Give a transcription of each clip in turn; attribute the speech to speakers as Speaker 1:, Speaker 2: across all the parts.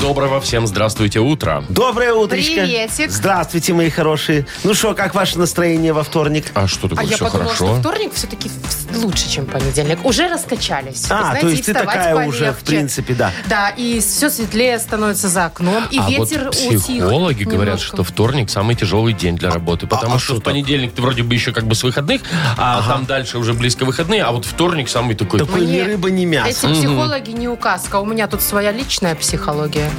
Speaker 1: Доброго всем здравствуйте утро.
Speaker 2: Доброе утречко.
Speaker 3: Приветик.
Speaker 2: Здравствуйте, мои хорошие. Ну что, как ваше настроение во вторник?
Speaker 1: А что
Speaker 3: А
Speaker 1: такое,
Speaker 3: я
Speaker 1: все
Speaker 3: подумала,
Speaker 1: хорошо?
Speaker 3: что вторник все-таки лучше, чем понедельник. Уже раскачались.
Speaker 2: А,
Speaker 3: Знаете,
Speaker 2: то
Speaker 3: и
Speaker 2: есть ты
Speaker 3: вставать
Speaker 2: такая уже, в
Speaker 3: полегче.
Speaker 2: принципе, да.
Speaker 3: Да, и все светлее становится за окном, и
Speaker 1: а
Speaker 3: ветер
Speaker 1: вот
Speaker 3: утих.
Speaker 1: психологи говорят,
Speaker 3: немножко.
Speaker 1: что вторник самый тяжелый день для работы, потому
Speaker 2: а
Speaker 1: что
Speaker 2: что
Speaker 1: в
Speaker 2: так?
Speaker 1: понедельник ты вроде бы еще как бы с выходных, а там дальше уже близко выходные, а вот вторник самый такой.
Speaker 2: Такой ни
Speaker 3: Мне
Speaker 2: рыба, ни мясо.
Speaker 3: Эти психологи не указка. У меня тут своя личная психология.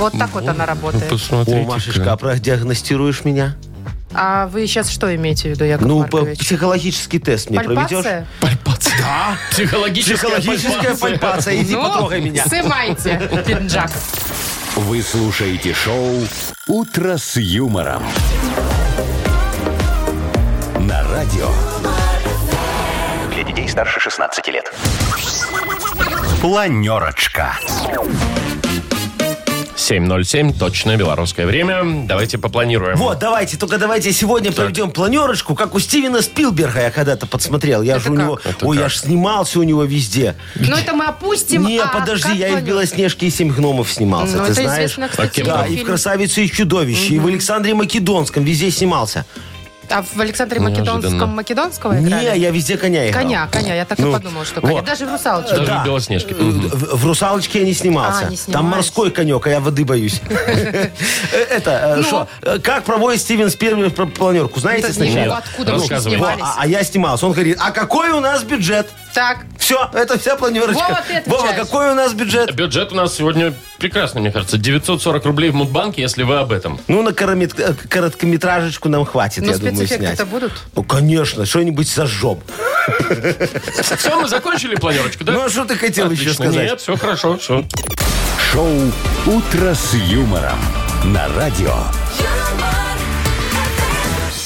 Speaker 3: Вот так вот она
Speaker 1: Ну,
Speaker 3: работает.
Speaker 1: посмотрите.
Speaker 2: О, Машечка, а продиагностируешь меня?
Speaker 3: А вы сейчас что имеете в виду, Яков
Speaker 2: ну, по-
Speaker 3: Маркович?
Speaker 2: психологический тест мне проведешь?
Speaker 3: Пальпация?
Speaker 1: Пальпация. Да. Психологическая,
Speaker 2: Психологическая
Speaker 1: пальпация.
Speaker 2: пальпация. Иди
Speaker 3: Ну,
Speaker 2: потрогай меня.
Speaker 3: сымайте, пинджак.
Speaker 4: Вы слушаете шоу «Утро с юмором». На радио. Для детей старше 16 лет. Планерочка.
Speaker 1: 7.07, точное белорусское время. Давайте попланируем.
Speaker 2: Вот, давайте, только давайте сегодня проведем планерочку, как у Стивена Спилберга я когда-то подсмотрел. Я же у
Speaker 3: как?
Speaker 2: него,
Speaker 1: Это
Speaker 2: ой, я
Speaker 1: как?
Speaker 2: же снимался у него везде.
Speaker 3: Ну, это мы опустим.
Speaker 2: Не,
Speaker 3: а
Speaker 2: подожди,
Speaker 3: как
Speaker 2: я и в
Speaker 3: планируем?
Speaker 2: «Белоснежке» и «Семь гномов» снимался,
Speaker 3: Ну,
Speaker 2: ты
Speaker 3: это
Speaker 2: знаешь.
Speaker 3: известно, кстати,
Speaker 1: кем
Speaker 2: Да,
Speaker 1: там?
Speaker 2: и в
Speaker 3: фильм.
Speaker 2: «Красавице и чудовище», и в «Александре Македонском» везде снимался.
Speaker 3: А в Александре
Speaker 1: Неожиданно.
Speaker 3: Македонском Македонского
Speaker 2: Не,
Speaker 3: играли?
Speaker 2: я везде коня играл.
Speaker 3: Коня, коня, я так и
Speaker 2: Э, Ну,
Speaker 3: подумал, что коня.
Speaker 2: вот.
Speaker 3: Даже в русалочке.
Speaker 1: Даже
Speaker 2: да.
Speaker 1: в Белоснежке.
Speaker 2: Э,
Speaker 1: Мгм.
Speaker 2: В, в «Русалочке» я не снимался.
Speaker 3: А,
Speaker 2: Там
Speaker 3: не снимались.
Speaker 2: морской конек, а я воды боюсь. Э, Это,
Speaker 3: Ну.
Speaker 2: э, что, э, как проводит Стивен Спилберг про- планерку? Знаете
Speaker 3: Это не
Speaker 2: сначала?
Speaker 3: его, откуда вы
Speaker 1: Рассказывай.
Speaker 2: Во,
Speaker 3: снимались?
Speaker 2: а, а я снимался. Он говорит, а какой у нас бюджет?
Speaker 3: Так,
Speaker 2: Все, это вся планерочка.
Speaker 3: Вова, ты отвечаешь.
Speaker 2: Вова, какой у нас бюджет?
Speaker 1: Бюджет у нас сегодня прекрасный, мне кажется. 940 рублей в Мудбанке, если вы об этом.
Speaker 2: Ну, на коромет- э, короткометражечку нам хватит,
Speaker 3: ну
Speaker 2: я думаю, снять.
Speaker 3: спецэффекты-то будут?
Speaker 2: Ну, конечно, что-нибудь сожжем.
Speaker 1: Все, мы закончили планерочку, да?
Speaker 2: Ну, а что ты хотел еще
Speaker 1: Отлично.
Speaker 2: сказать?
Speaker 1: Нет, все хорошо, все.
Speaker 4: Шоу «Утро с юмором» на радио.
Speaker 5: юмор,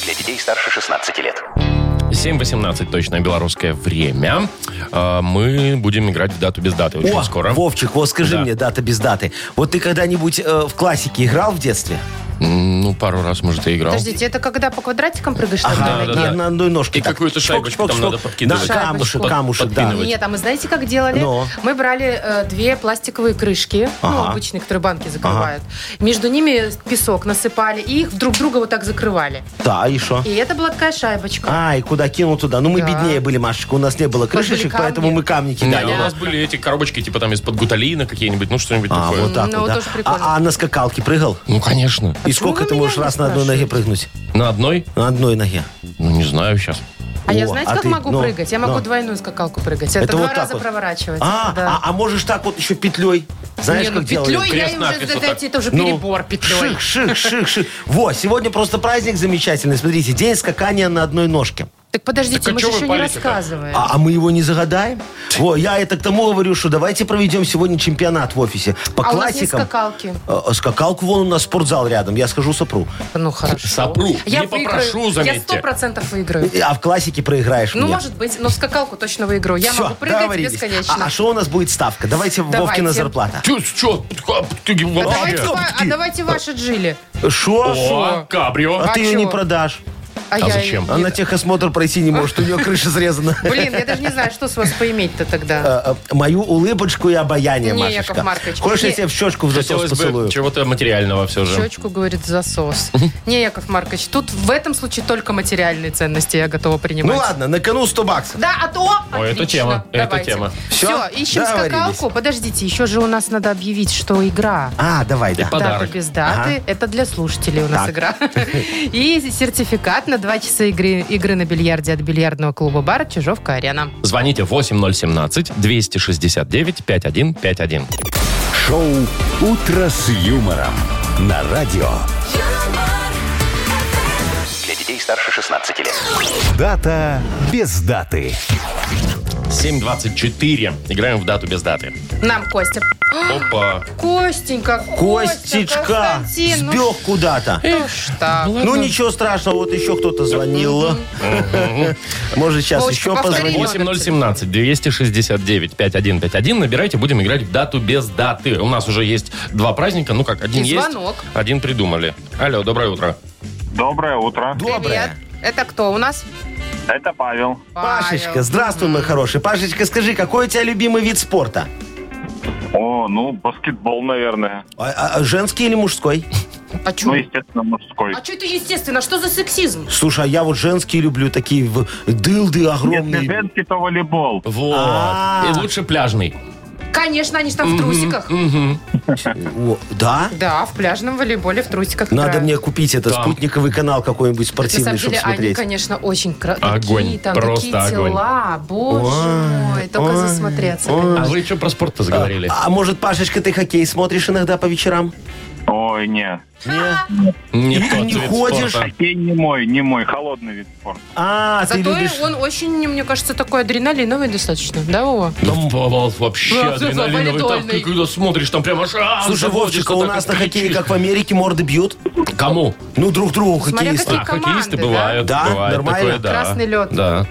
Speaker 6: Для детей старше 16 лет.
Speaker 1: 7.18 точное белорусское время. А, Мы будем играть в дату без даты очень
Speaker 2: О,
Speaker 1: скоро.
Speaker 2: Вовчик, вот скажи
Speaker 1: Да.
Speaker 2: мне, дата без даты. Вот ты когда-нибудь э, в классике играл в детстве?
Speaker 1: М, Ну, пару раз, может, и играл.
Speaker 3: Подождите, это когда по квадратикам прыгаешь? на
Speaker 1: Ага, да,
Speaker 3: одной ноге?
Speaker 1: да.
Speaker 2: На, на одной ножке.
Speaker 1: И какую-то шайбочку там надо подкидывать.
Speaker 2: Да, камушек,
Speaker 3: Шайбочку.
Speaker 2: камушек, да.
Speaker 1: Подпинывать.
Speaker 3: Нет, а мы знаете, как делали?
Speaker 2: Но.
Speaker 3: Мы брали э, две пластиковые крышки, ну,
Speaker 2: Ну. Ага.
Speaker 3: обычные, которые банки закрывают. Между ними песок насыпали, и их друг друга вот так закрывали.
Speaker 2: Да, и что?
Speaker 3: И это была такая шайбочка.
Speaker 2: А, и куда кинул туда? Ну, мы
Speaker 3: Да.
Speaker 2: беднее были, Машечка, у нас не было
Speaker 3: были
Speaker 2: крышечек, поэтому
Speaker 3: камни.
Speaker 2: мы камни
Speaker 1: Не, ну,
Speaker 2: кидали.
Speaker 1: у
Speaker 2: Вот.
Speaker 1: нас были эти коробочки, типа там из-под гуталина какие-нибудь, ну, что-нибудь
Speaker 2: А,
Speaker 1: такое.
Speaker 2: вот так
Speaker 3: Ну,
Speaker 2: вот,
Speaker 3: вот
Speaker 2: да.
Speaker 3: тоже прикольно.
Speaker 2: а, а на скакалке прыгал?
Speaker 1: Ну, конечно.
Speaker 2: И
Speaker 3: Почему
Speaker 2: сколько
Speaker 3: вы
Speaker 2: ты
Speaker 3: меня
Speaker 2: можешь
Speaker 3: не
Speaker 2: раз на одной ноге прыгнуть?
Speaker 1: На одной?
Speaker 2: На одной ноге.
Speaker 1: Ну, не знаю сейчас.
Speaker 3: А я
Speaker 2: О,
Speaker 3: знаете,
Speaker 2: а
Speaker 3: как
Speaker 2: ты-
Speaker 3: могу
Speaker 2: ну,
Speaker 3: прыгать? Я могу
Speaker 2: ну.
Speaker 3: двойную скакалку прыгать. Это,
Speaker 2: Это
Speaker 3: два
Speaker 2: вот так
Speaker 3: раза
Speaker 2: вот.
Speaker 3: проворачивать.
Speaker 2: А,
Speaker 3: да.
Speaker 2: а, а можешь так вот еще петлей? Знаешь,
Speaker 3: Не, ну,
Speaker 2: как делали?
Speaker 3: петлей я и уже,
Speaker 1: Крест-накрест вот так.
Speaker 3: знаете, это уже
Speaker 2: Ну,
Speaker 3: перебор петлей.
Speaker 2: Шик, шик, шик, шик. Во, сегодня просто праздник замечательный. Смотрите, день скакания на одной ножке.
Speaker 3: Так подождите,
Speaker 1: Так а
Speaker 3: мы же
Speaker 1: чё вы
Speaker 3: еще не
Speaker 1: палите-то?
Speaker 3: рассказываем.
Speaker 2: А, а мы его не загадаем? Во, я это к тому говорю, что давайте проведем сегодня чемпионат в офисе. По
Speaker 3: А у нас есть
Speaker 2: классикам.
Speaker 3: скакалки.
Speaker 2: Э, Скакалку вон у нас спортзал рядом. Я схожу сопру.
Speaker 3: Ну хорошо.
Speaker 1: Сопру.
Speaker 3: Я
Speaker 1: не
Speaker 3: выиграю.
Speaker 1: попрошу,
Speaker 3: Я
Speaker 1: заметьте.
Speaker 3: сто процентов выиграю.
Speaker 2: А в классике проиграешь
Speaker 3: Ну,
Speaker 2: мне.
Speaker 3: может быть, но в скакалку точно выиграю. Я
Speaker 2: Всё,
Speaker 3: могу прыгать
Speaker 2: договорились. А
Speaker 3: бесконечно.
Speaker 2: а что у нас будет ставка? Давайте,
Speaker 3: Давайте.
Speaker 2: Вовкина зарплата.
Speaker 1: Ты что? Ты
Speaker 3: А давайте,
Speaker 1: вообще?
Speaker 3: ва- а
Speaker 2: ты.
Speaker 3: давайте ваши джили.
Speaker 2: Шо?
Speaker 1: О, кабрио.
Speaker 2: А
Speaker 3: А
Speaker 2: ты ее не
Speaker 3: чего?
Speaker 2: продашь.
Speaker 3: А, я-
Speaker 1: зачем?
Speaker 2: Она техосмотр пройти не может, у нее крыша срезана.
Speaker 3: Блин, я даже не знаю, что с вас поиметь-то тогда.
Speaker 2: Э, э, Мою улыбочку и обаяние,
Speaker 3: Не,
Speaker 2: Машечка.
Speaker 3: Яков Маркович,
Speaker 2: Хочешь, я
Speaker 3: не-
Speaker 2: тебе в щечку в засос
Speaker 1: Хотелось бы
Speaker 2: поцелую?
Speaker 1: чего-то материального все же.
Speaker 3: Щечку, говорит, засос. Не, Яков Маркович, тут в этом случае только материальные ценности я готова принимать.
Speaker 2: Ну ладно, на кону 100 баксов.
Speaker 3: Да, а то...
Speaker 1: Ой, это
Speaker 3: Отлично,
Speaker 1: тема, это
Speaker 3: давайте.
Speaker 1: тема.
Speaker 3: Все,
Speaker 2: Всё,
Speaker 3: ищем
Speaker 2: договорились.
Speaker 3: скакалку. Подождите, еще же у нас надо объявить, что игра.
Speaker 2: А, давай, да.
Speaker 1: по- Подарок.
Speaker 3: Дата без даты. Это для слушателей у нас
Speaker 2: Так.
Speaker 3: игра. И сертификат на два часа игры, игры на бильярде от бильярдного клуба бара «Чижовка-арена».
Speaker 1: Звоните 8017-269-5151.
Speaker 4: Шоу «Утро с юмором» на радио.
Speaker 5: юмор,
Speaker 6: Для детей старше 16 лет.
Speaker 4: Дата без даты.
Speaker 1: 724. Играем в дату без даты.
Speaker 3: Нам Костя
Speaker 1: Опа.
Speaker 3: Костенька, Костя,
Speaker 2: Костичка
Speaker 3: Константин, ну
Speaker 2: сбег куда-то.
Speaker 3: что ж так?
Speaker 1: Ну,
Speaker 2: Ну
Speaker 1: ладно.
Speaker 2: ничего страшного, вот еще кто-то звонил. Может, сейчас еще
Speaker 3: Вовочка, повтори.
Speaker 2: позвонит.
Speaker 1: 8017 269 5151. Набирайте, будем играть в дату без даты. У нас уже есть два праздника. Ну как, один
Speaker 3: И
Speaker 1: есть,
Speaker 3: звонок.
Speaker 1: один придумали. Алло, доброе утро.
Speaker 7: Доброе утро.
Speaker 3: Привет.
Speaker 2: Доброе.
Speaker 3: Это кто у нас?
Speaker 7: Это Павел.
Speaker 2: Пашечка, здравствуй, мой хороший. Пашечка, скажи, какой у тебя любимый вид спорта?
Speaker 7: О, ну, баскетбол, наверное.
Speaker 2: А- а- а Женский или мужской?
Speaker 3: А
Speaker 7: Ну,
Speaker 3: что?
Speaker 7: естественно, мужской.
Speaker 3: А что это естественно? Что за сексизм?
Speaker 2: Слушай, а я вот женские люблю, такие в- дылды
Speaker 7: Если
Speaker 2: огромные.
Speaker 7: женский, то волейбол.
Speaker 1: Вот.
Speaker 2: А.
Speaker 1: И лучше пляжный.
Speaker 3: Конечно, они же там в трусиках.
Speaker 2: О, Да?
Speaker 3: Да, в пляжном волейболе в трусиках.
Speaker 2: Надо
Speaker 3: играют.
Speaker 2: мне купить это,
Speaker 1: Да.
Speaker 2: спутниковый канал какой-нибудь
Speaker 3: На самом
Speaker 2: спортивный, чтобы
Speaker 3: деле, они,
Speaker 2: смотреть.
Speaker 3: конечно, очень кра-
Speaker 1: Огонь,
Speaker 3: Такие, там,
Speaker 1: просто
Speaker 3: такие
Speaker 1: огонь.
Speaker 3: тела. Боже мой, только засмотреться.
Speaker 1: А вы что про спорт-то заговорили?
Speaker 2: А может, Пашечка, ты хоккей смотришь иногда по вечерам?
Speaker 7: Ой, не.
Speaker 1: Не
Speaker 2: и
Speaker 1: тот
Speaker 2: не
Speaker 1: вид
Speaker 2: ходишь?
Speaker 1: спорта.
Speaker 7: Хоккей не мой, не мой. Холодный вид спорта.
Speaker 2: А, ты
Speaker 3: Зато
Speaker 2: любишь...
Speaker 3: он очень, мне кажется, такой адреналиновый достаточно. Да, Вова?
Speaker 1: Да
Speaker 2: Ну,
Speaker 1: Вова, вообще
Speaker 3: Да, всё,
Speaker 1: адреналиновый. Там,
Speaker 3: валидольный.
Speaker 1: ты когда смотришь, там прямо аж... а,
Speaker 2: Слушай,
Speaker 1: заводишься,
Speaker 2: Вовчик, а у
Speaker 1: так
Speaker 2: нас
Speaker 1: и
Speaker 2: на хоккее,
Speaker 1: кричишь.
Speaker 2: как в Америке, морды бьют?
Speaker 1: Кому?
Speaker 2: Ну, друг другу
Speaker 3: Смотря
Speaker 2: хоккеисты.
Speaker 3: какие
Speaker 1: А, хоккеисты
Speaker 3: команды, да?
Speaker 1: бывают.
Speaker 2: Да,
Speaker 1: бывает
Speaker 2: нормально.
Speaker 1: такое, да.
Speaker 3: Красный лед.
Speaker 1: Да.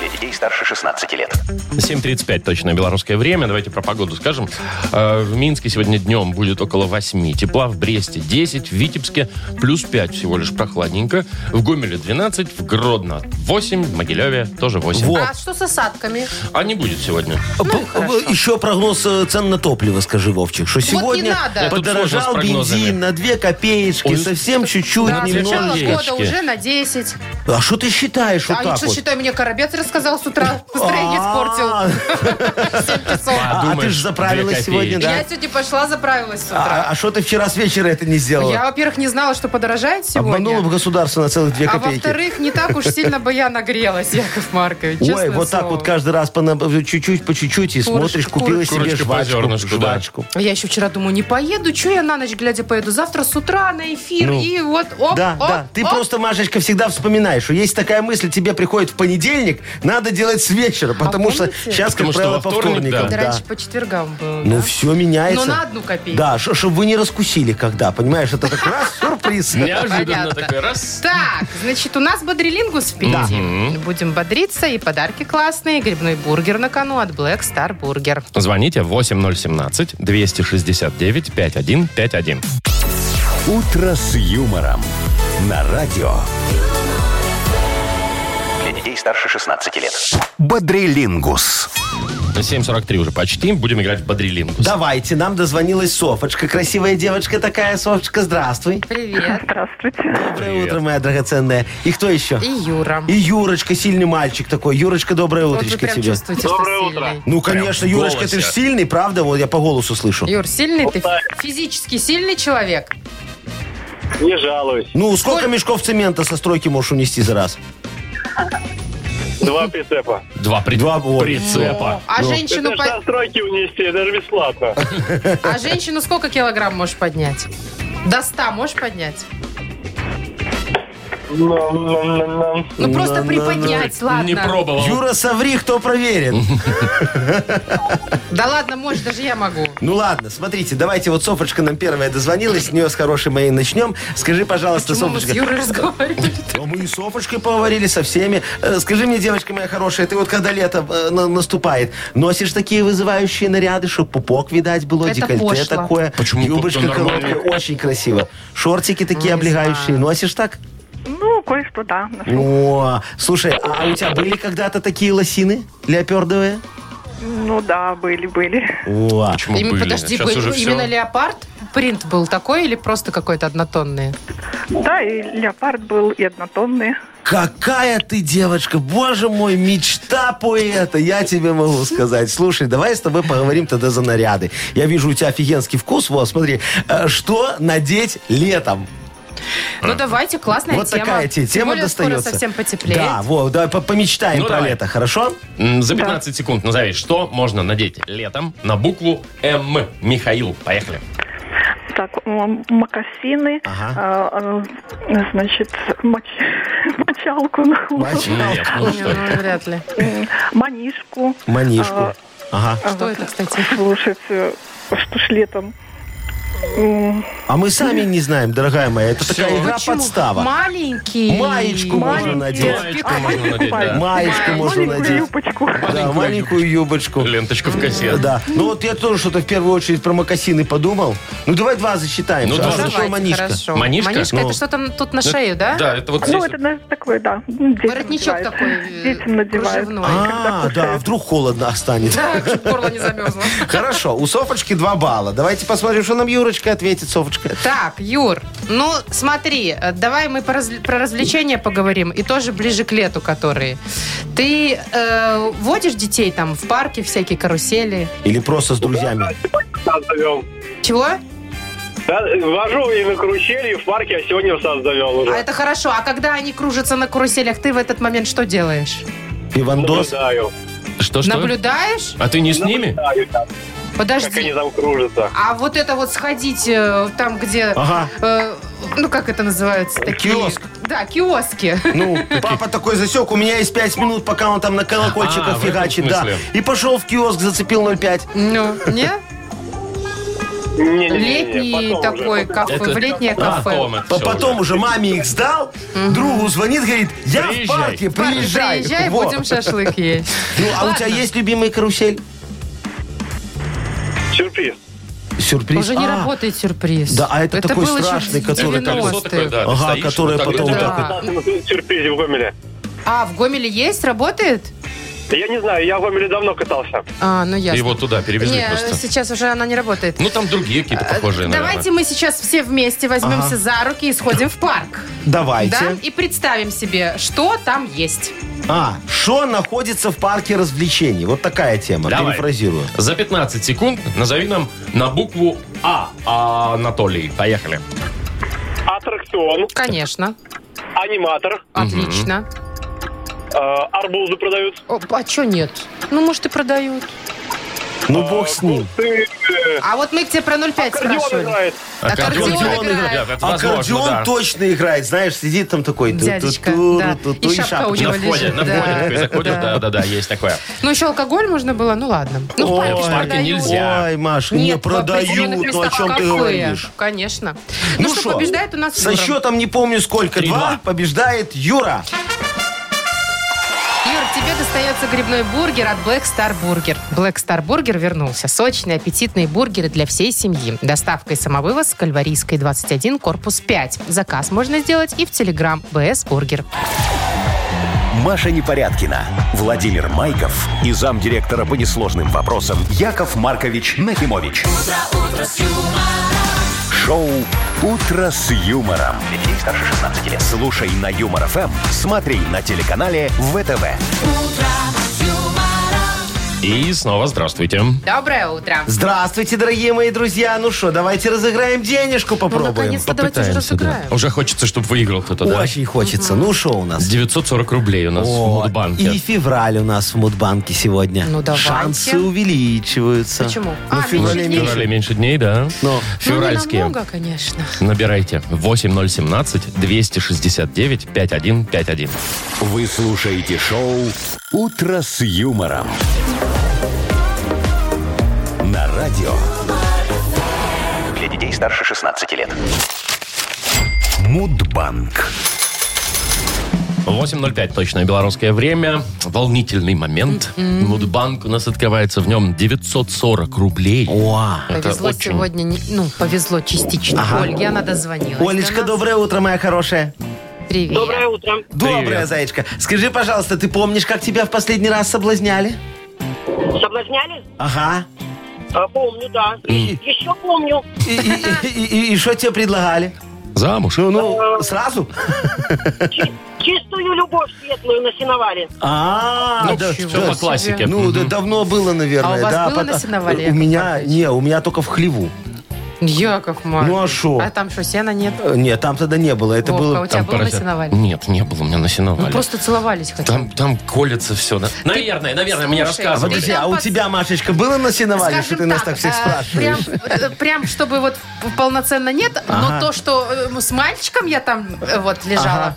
Speaker 6: Для детей старше 16 лет.
Speaker 1: 7.35 точное белорусское время. Давайте про погоду скажем. Э, В Минске сегодня днем будет около 8 тепла, в Бресте 10, в Витебске плюс 5 всего лишь прохладненько, в Гомеле 12, в Гродно 8, в Могилеве тоже 8.
Speaker 2: Во.
Speaker 3: А что с осадками?
Speaker 1: А не будет сегодня.
Speaker 3: Ну,
Speaker 2: П- Э, Еще прогноз э, цен на топливо, скажи, Вовчик, что
Speaker 3: не
Speaker 2: сегодня
Speaker 3: надо. Я
Speaker 1: тут сложно
Speaker 2: подорожал
Speaker 1: с прогнозами.
Speaker 2: бензин на 2 копеечки,
Speaker 1: Ой,
Speaker 2: совсем чуть-чуть,
Speaker 3: Да, с
Speaker 2: немного.
Speaker 3: начала
Speaker 1: немножечко.
Speaker 3: года уже на 10.
Speaker 2: А что ты считаешь вот
Speaker 3: а
Speaker 2: так
Speaker 3: что,
Speaker 2: вот?
Speaker 3: считай, мне Коробец рассказал с утра настроение
Speaker 2: А,
Speaker 3: испортил. 7 часов.
Speaker 1: А,
Speaker 2: А ты
Speaker 1: думаешь,
Speaker 2: же заправилась
Speaker 1: две копейки.
Speaker 2: сегодня, да?
Speaker 3: Я сегодня пошла, заправилась с утра.
Speaker 2: А что ты вчера с вечера это не
Speaker 3: Я,
Speaker 2: сделала?
Speaker 3: во-первых, не знала, что подорожает
Speaker 2: А, Обманула бы
Speaker 3: сегодня.
Speaker 2: государство на целых две
Speaker 3: А
Speaker 2: копейки.
Speaker 3: во-вторых, не так уж сильно бы я нагрелась, Яков Маркович.
Speaker 2: Ой,
Speaker 3: честное
Speaker 2: вот так
Speaker 3: слово.
Speaker 2: вот каждый раз по на- чуть-чуть по чуть-чуть и
Speaker 3: Курочка,
Speaker 2: смотришь, купила
Speaker 3: курочка.
Speaker 2: себе
Speaker 1: Курочка по
Speaker 2: жвачку.
Speaker 1: зернышку, да.
Speaker 2: жвачку.
Speaker 3: А Я еще вчера думаю, не поеду, что я на ночь глядя поеду. Завтра с утра на эфир
Speaker 2: Ну.
Speaker 3: и вот оп,
Speaker 2: Да,
Speaker 3: оп,
Speaker 2: да. Ты
Speaker 3: оп.
Speaker 2: просто, Машечка, всегда вспоминаешь, что есть такая мысль, тебе приходит в понедельник, надо делать с вечера, потому что
Speaker 3: А помните?
Speaker 2: сейчас, как
Speaker 1: Потому что
Speaker 2: правило,
Speaker 1: во
Speaker 2: по
Speaker 1: вторник,
Speaker 2: вторникам.
Speaker 3: Это
Speaker 1: да.
Speaker 2: да.
Speaker 3: раньше по четвергам было.
Speaker 2: Ну,
Speaker 3: да?
Speaker 2: все меняется.
Speaker 3: Но на одну копейку.
Speaker 2: Да, чтобы вы не раскусили, когда, понимаешь, это как раз сюрприз.
Speaker 1: Неожиданно
Speaker 3: Понятно.
Speaker 1: такой раз.
Speaker 3: Так, значит, у нас бодрилингус впереди. Будем бодриться, и подарки классные, и грибной бургер на кону от Black Star Burger.
Speaker 1: Звоните 8017-269-5151.
Speaker 4: «Утро с юмором» на радио.
Speaker 6: Для детей старше 16 лет.
Speaker 4: Бодрилингус.
Speaker 1: 7.43 уже почти. Будем играть в бодрилингус.
Speaker 2: Давайте, нам дозвонилась Софочка. Красивая девочка такая, Софочка, здравствуй.
Speaker 3: Привет.
Speaker 2: Доброе утро, моя драгоценная. И кто еще?
Speaker 3: И Юра.
Speaker 2: И Юрочка, сильный мальчик такой. Юрочка, доброе
Speaker 3: Вот вы
Speaker 2: утречко
Speaker 3: прям
Speaker 2: тебе.
Speaker 3: чувствуете, что
Speaker 7: Доброе утро.
Speaker 3: сильный.
Speaker 2: Ну, конечно,
Speaker 1: в
Speaker 2: Юрочка, ты же
Speaker 1: голосе.
Speaker 2: сильный, правда? Вот я по голосу слышу.
Speaker 3: Юр, сильный ты? Физически сильный человек?
Speaker 7: Не жалуюсь.
Speaker 2: Ну, сколько мешков цемента со стройки можешь унести за раз?
Speaker 7: Два прицепа.
Speaker 1: Два, при-
Speaker 2: Два, вот.
Speaker 1: прицепа.
Speaker 3: А женщину,
Speaker 7: Это
Speaker 3: по-
Speaker 7: ж на стройке унести, это же бесплатно.
Speaker 3: а женщину сколько килограмм можешь поднять? До 100 можешь поднять?
Speaker 7: Ну, Ном-ном-ном-ном.
Speaker 3: Ну просто
Speaker 2: На-на-на.
Speaker 3: приподнять, ладно.
Speaker 1: Не пробовал.
Speaker 2: Юра, соври, кто проверит.
Speaker 3: Да ладно, можешь, даже я могу.
Speaker 2: Ну ладно, смотрите, давайте вот Софочка нам первая дозвонилась, с нее с хорошей моей начнем. Скажи, пожалуйста,
Speaker 3: Почему мы с
Speaker 2: Софочка.
Speaker 3: Юрой разговаривали?
Speaker 2: Ну, мы и с Софочкой поговорили со всеми. Э, Скажи мне, девочка моя хорошая, ты вот когда лето э, на- наступает, носишь такие вызывающие наряды, чтобы пупок видать было,
Speaker 3: Это
Speaker 2: декольте
Speaker 3: пошло.
Speaker 2: такое,
Speaker 1: Почему пупок?
Speaker 2: юбочка
Speaker 1: Да нормально.
Speaker 2: короткая, очень красиво. Шортики такие
Speaker 3: Ну, не знаю.
Speaker 2: облегающие, носишь так?
Speaker 8: Ну, кое-что, да. нашла.
Speaker 2: О, слушай, а у тебя были когда-то такие лосины леопердовые?
Speaker 8: Ну да, были, были.
Speaker 2: О,
Speaker 1: Почему
Speaker 3: Им-
Speaker 1: были?
Speaker 3: Подожди,
Speaker 1: Сейчас
Speaker 3: был-
Speaker 1: уже
Speaker 3: именно
Speaker 1: все.
Speaker 3: леопард? Принт был такой или просто какой-то однотонный? Ну,
Speaker 8: Да, и леопард был, и однотонный.
Speaker 2: Какая ты девочка, боже мой, мечта поэта, я тебе могу сказать. Слушай, давай с тобой поговорим тогда за наряды. Я вижу, у тебя офигенский вкус, вот, смотри. Э, Что надеть летом?
Speaker 3: Ну давайте, классная
Speaker 2: вот
Speaker 3: тема.
Speaker 2: такая тебе
Speaker 3: Тем
Speaker 2: тема
Speaker 3: более
Speaker 2: достается.
Speaker 3: скоро совсем потеплеет.
Speaker 2: Да, вот, давай по- помечтаем
Speaker 1: Ну,
Speaker 2: про
Speaker 1: давай.
Speaker 2: лето, хорошо?
Speaker 1: М, За 15 секунд назови, что можно надеть летом на букву М. Михаил, поехали.
Speaker 8: Так, м, мокасины,
Speaker 2: Ага.
Speaker 8: а, э, значит, моч- мочалку, на хвост,
Speaker 2: Мальчик,
Speaker 1: Ну, нет, ну
Speaker 3: Не,
Speaker 1: что это?
Speaker 3: ну, вряд ли.
Speaker 8: м, манишку.
Speaker 2: Манишку.
Speaker 8: А,
Speaker 2: Ага.
Speaker 8: а,
Speaker 3: Что это, кстати?
Speaker 8: Слушайте, э, что ж летом? М,
Speaker 2: А мы сами не знаем, дорогая моя, это такая игра
Speaker 3: Почему?
Speaker 2: подстава.
Speaker 3: Маленький.
Speaker 2: Маечку можно надеть.
Speaker 1: Маечку можно надеть, да.
Speaker 2: Маечку можно
Speaker 8: маленькую
Speaker 2: надеть.
Speaker 8: юбочку.
Speaker 2: Да, маленькую юбочку.
Speaker 1: Ленточка в косе.
Speaker 2: Да. Ну вот я тоже что-то в первую очередь про мокасины подумал. Ну давай два засчитаем.
Speaker 1: Ну,
Speaker 2: А
Speaker 1: два.
Speaker 2: что
Speaker 3: Давайте,
Speaker 2: такое манишка?
Speaker 3: хорошо.
Speaker 1: Манишка?
Speaker 2: Ну.
Speaker 3: это что там тут на шею, да?
Speaker 1: Да, это вот здесь.
Speaker 8: Ну, это наверное, такое, да. м, детям
Speaker 3: Воротничок
Speaker 8: надевают.
Speaker 3: такой э,
Speaker 8: Детям надевают.
Speaker 3: кружевной.
Speaker 2: А, да, а вдруг холодно станет.
Speaker 3: Так, чтоб горло не замерзло.
Speaker 2: Хорошо, у Софочки два балла. Давайте посмотрим, что нам Юрочка ответит, Софочка.
Speaker 3: Так, Юр, ну смотри, э, давай мы про, разв- про развлечения поговорим, и тоже ближе к лету, которые. Ты э, водишь детей там в парке, всякие карусели?
Speaker 2: Или просто с друзьями.
Speaker 7: Создавел.
Speaker 3: Чего?
Speaker 7: Да, вожу и на карусели, и в парке, а сегодня в сад завел
Speaker 3: А
Speaker 7: уже.
Speaker 3: это хорошо, а когда они кружатся на каруселях, ты в этот момент что делаешь?
Speaker 2: Пивандос.
Speaker 7: Наблюдаю.
Speaker 1: Что, что?
Speaker 3: Наблюдаешь?
Speaker 1: А ты не с ними?
Speaker 7: Наблюдаю, как
Speaker 3: Подожди.
Speaker 7: они там кружатся.
Speaker 3: А вот это вот сходить э, там, где...
Speaker 2: Ага.
Speaker 3: э, ну, как это называется? Такие...
Speaker 2: Киоск.
Speaker 3: Да, киоски.
Speaker 2: Ну, папа такой засек, у меня есть пять минут, пока он там на
Speaker 1: А,
Speaker 2: колокольчиках
Speaker 1: в этом
Speaker 2: фигачит, да.
Speaker 1: смысле.
Speaker 2: И пошел в киоск, зацепил 0,5.
Speaker 3: Ну, не?
Speaker 7: Не-не-не-не,
Speaker 3: Летний
Speaker 7: потом уже,
Speaker 3: такой
Speaker 7: потом.
Speaker 3: кафе,
Speaker 1: Это-
Speaker 3: в летнее
Speaker 1: А,
Speaker 3: кафе.
Speaker 1: потом это
Speaker 2: По-
Speaker 1: всё
Speaker 2: Потом
Speaker 1: уже.
Speaker 2: уже маме их сдал, другу звонит, говорит, я в
Speaker 1: Приезжай.
Speaker 2: парке,
Speaker 3: Пар-
Speaker 2: приезжай.
Speaker 3: Приезжай,
Speaker 2: Во.
Speaker 3: будем шашлык есть.
Speaker 2: Ну, а у тебя есть любимый карусель?
Speaker 7: Сюрприз.
Speaker 2: Сюрприз.
Speaker 3: Уже не
Speaker 2: А,
Speaker 3: работает сюрприз.
Speaker 2: Да, а это такой
Speaker 3: было еще
Speaker 2: страшный,
Speaker 3: в
Speaker 2: который там-
Speaker 3: 90-е.
Speaker 1: Колесо такое, да, ты
Speaker 2: Ага,
Speaker 1: стоишь,
Speaker 2: которое
Speaker 1: вот так
Speaker 2: потом
Speaker 1: вот.
Speaker 2: вот так
Speaker 3: Да.
Speaker 2: вот.
Speaker 7: Да, ты на сюрпризе в Гомеле.
Speaker 3: А, в Гомеле есть? Работает?
Speaker 7: Я не знаю, я в Гомеле давно катался.
Speaker 3: А, ну ясно.
Speaker 1: Его туда перевезли
Speaker 3: Не,
Speaker 1: просто.
Speaker 3: сейчас уже она не работает.
Speaker 1: Ну, там другие какие-то похожие, наверное.
Speaker 3: Давайте мы сейчас все вместе
Speaker 2: Ага.
Speaker 3: возьмемся за руки и сходим в парк.
Speaker 2: Давайте.
Speaker 3: Да? И представим себе, что там есть.
Speaker 2: А, что находится в парке развлечений? Вот такая тема.
Speaker 1: Давай.
Speaker 2: Перефразирую.
Speaker 1: За 15 секунд назови нам на букву А. Анатолий, поехали.
Speaker 7: Аттракцион,
Speaker 3: Конечно.
Speaker 7: аниматор,
Speaker 3: Отлично.
Speaker 7: э, арбузы продают.
Speaker 3: О, а чё нет? Ну, может, и продают.
Speaker 2: Ну, бог с ним.
Speaker 7: Ты, э,
Speaker 3: А вот мы к тебе про 0,5
Speaker 7: Аккордеон
Speaker 3: спрашивали.
Speaker 7: играет.
Speaker 3: Аккордеон
Speaker 1: Аккордеон
Speaker 3: играет.
Speaker 1: Да, это возможно,
Speaker 2: Аккордеон
Speaker 1: да.
Speaker 2: точно играет, знаешь, сидит там такой. ту- ту-
Speaker 3: Дядечка,
Speaker 2: ту-
Speaker 3: да.
Speaker 2: ту-
Speaker 3: И
Speaker 2: ту-
Speaker 3: шапка у
Speaker 1: На
Speaker 3: него
Speaker 1: входе, на входе
Speaker 3: Да.
Speaker 1: такой заходишь,
Speaker 3: Да.
Speaker 1: да-да-да, есть такое.
Speaker 3: Ну, еще алкоголь можно было, ну ладно. Ну, в
Speaker 2: Ой,
Speaker 3: парке ж
Speaker 2: в
Speaker 1: парке
Speaker 3: продают.
Speaker 1: нельзя.
Speaker 2: Ой, Маш, не
Speaker 3: Нет, в определенных
Speaker 2: продают, ну о
Speaker 3: местах
Speaker 2: чем ты
Speaker 3: кафе.
Speaker 2: говоришь?
Speaker 3: Конечно. Ну, что,
Speaker 2: шо,
Speaker 3: побеждает у нас
Speaker 2: Со
Speaker 3: Юра.
Speaker 2: счетом не помню сколько,
Speaker 1: Три-два.
Speaker 2: два, побеждает Юра.
Speaker 3: Юр, тебе достается грибной бургер от Black Star Burger. Black Star Burger вернулся. Сочные, аппетитные бургеры для всей семьи. Доставка и самовывоз с Кальварийской 21, корпус 5. Заказ можно сделать и в Телеграм БС Бургер.
Speaker 4: Маша Непорядкина, Владимир Майков и замдиректора по несложным вопросам Яков Маркович Нахимович. Шоу Утро с юмором. Для детей старше 16 лет. Слушай на юмор ФМ, смотри на телеканале ВТВ.
Speaker 1: И снова здравствуйте.
Speaker 3: Доброе утро.
Speaker 2: Здравствуйте, дорогие мои друзья. Ну что, давайте разыграем денежку,
Speaker 3: Ну,
Speaker 2: попробуем.
Speaker 3: наконец-то давайте уже
Speaker 1: Пытаемся, да.
Speaker 3: разыграем.
Speaker 1: Уже хочется, чтобы выиграл кто-то, да?
Speaker 2: Очень хочется. Ну что у нас?
Speaker 1: 940 рублей у нас в
Speaker 2: Вот.
Speaker 1: Мудбанке.
Speaker 2: И февраль у нас в Мудбанке сегодня.
Speaker 3: Ну, давайте.
Speaker 2: Шансы увеличиваются.
Speaker 3: Почему?
Speaker 2: Ну,
Speaker 3: А,
Speaker 2: в феврале
Speaker 3: меньше
Speaker 1: В
Speaker 2: меньше.
Speaker 1: феврале меньше дней, да?
Speaker 2: Но.
Speaker 1: Февральские.
Speaker 3: Ну, не намного, конечно.
Speaker 1: Набирайте 8017-269-5151.
Speaker 4: Вы слушаете шоу Утро с юмором. На радио
Speaker 6: Для детей старше 16 лет.
Speaker 4: Мудбанк.
Speaker 1: 8.05 точное белорусское время. Волнительный момент. Мудбанк у нас открывается. В нем 940 рублей.
Speaker 2: О.
Speaker 1: Это
Speaker 3: повезло
Speaker 1: очень.
Speaker 3: сегодня, не- ну, повезло частично.
Speaker 2: Ага.
Speaker 3: Ольге она дозвонилась.
Speaker 2: Олечка,
Speaker 3: до нас.
Speaker 2: доброе утро, моя хорошая.
Speaker 3: Привет.
Speaker 7: Доброе утро.
Speaker 2: Доброе, зайчка. Скажи, пожалуйста, ты помнишь, как тебя в последний раз соблазняли?
Speaker 7: Соблазняли?
Speaker 2: Ага.
Speaker 7: А, Помню, да. Еще помню.
Speaker 2: И- и- И и что тебе предлагали?
Speaker 1: Замуж.
Speaker 2: Ну, ну, сразу?
Speaker 7: Чи- Чистую любовь светлую насиновали.
Speaker 2: А,
Speaker 3: Ну,
Speaker 2: да,
Speaker 1: все
Speaker 2: да.
Speaker 1: по классике.
Speaker 2: Ну, да, давно было, наверное.
Speaker 3: А у вас
Speaker 2: да,
Speaker 3: было на
Speaker 2: пота-
Speaker 3: сеновале,
Speaker 2: У
Speaker 3: Яков
Speaker 2: меня,
Speaker 3: Маркович?
Speaker 2: не, у меня только в хлеву.
Speaker 3: Яков Маркович.
Speaker 2: Ну, а шо?
Speaker 3: А там что, сена нет?
Speaker 2: Э, Нет, там тогда не было. Это
Speaker 3: Вовка,
Speaker 2: было...
Speaker 3: а у тебя был на
Speaker 1: поросят-
Speaker 3: сеновале?
Speaker 1: Нет, не было у меня на сеновале.
Speaker 3: Ну, просто целовались хотя бы.
Speaker 1: Там, там колется все. Наверное, наверное, мне
Speaker 3: слушай,
Speaker 1: рассказывали.
Speaker 2: Подожди,
Speaker 3: Ты
Speaker 2: а
Speaker 3: прям
Speaker 2: у
Speaker 3: под-
Speaker 2: тебя, Машечка, было на сеновале, что
Speaker 3: Скажем
Speaker 2: ты нас так всех
Speaker 3: э,
Speaker 2: спрашиваешь?
Speaker 3: Прям, э, прям, чтобы вот полноценно нет, но
Speaker 2: Ага.
Speaker 3: то, что э, с мальчиком я там э, вот лежала,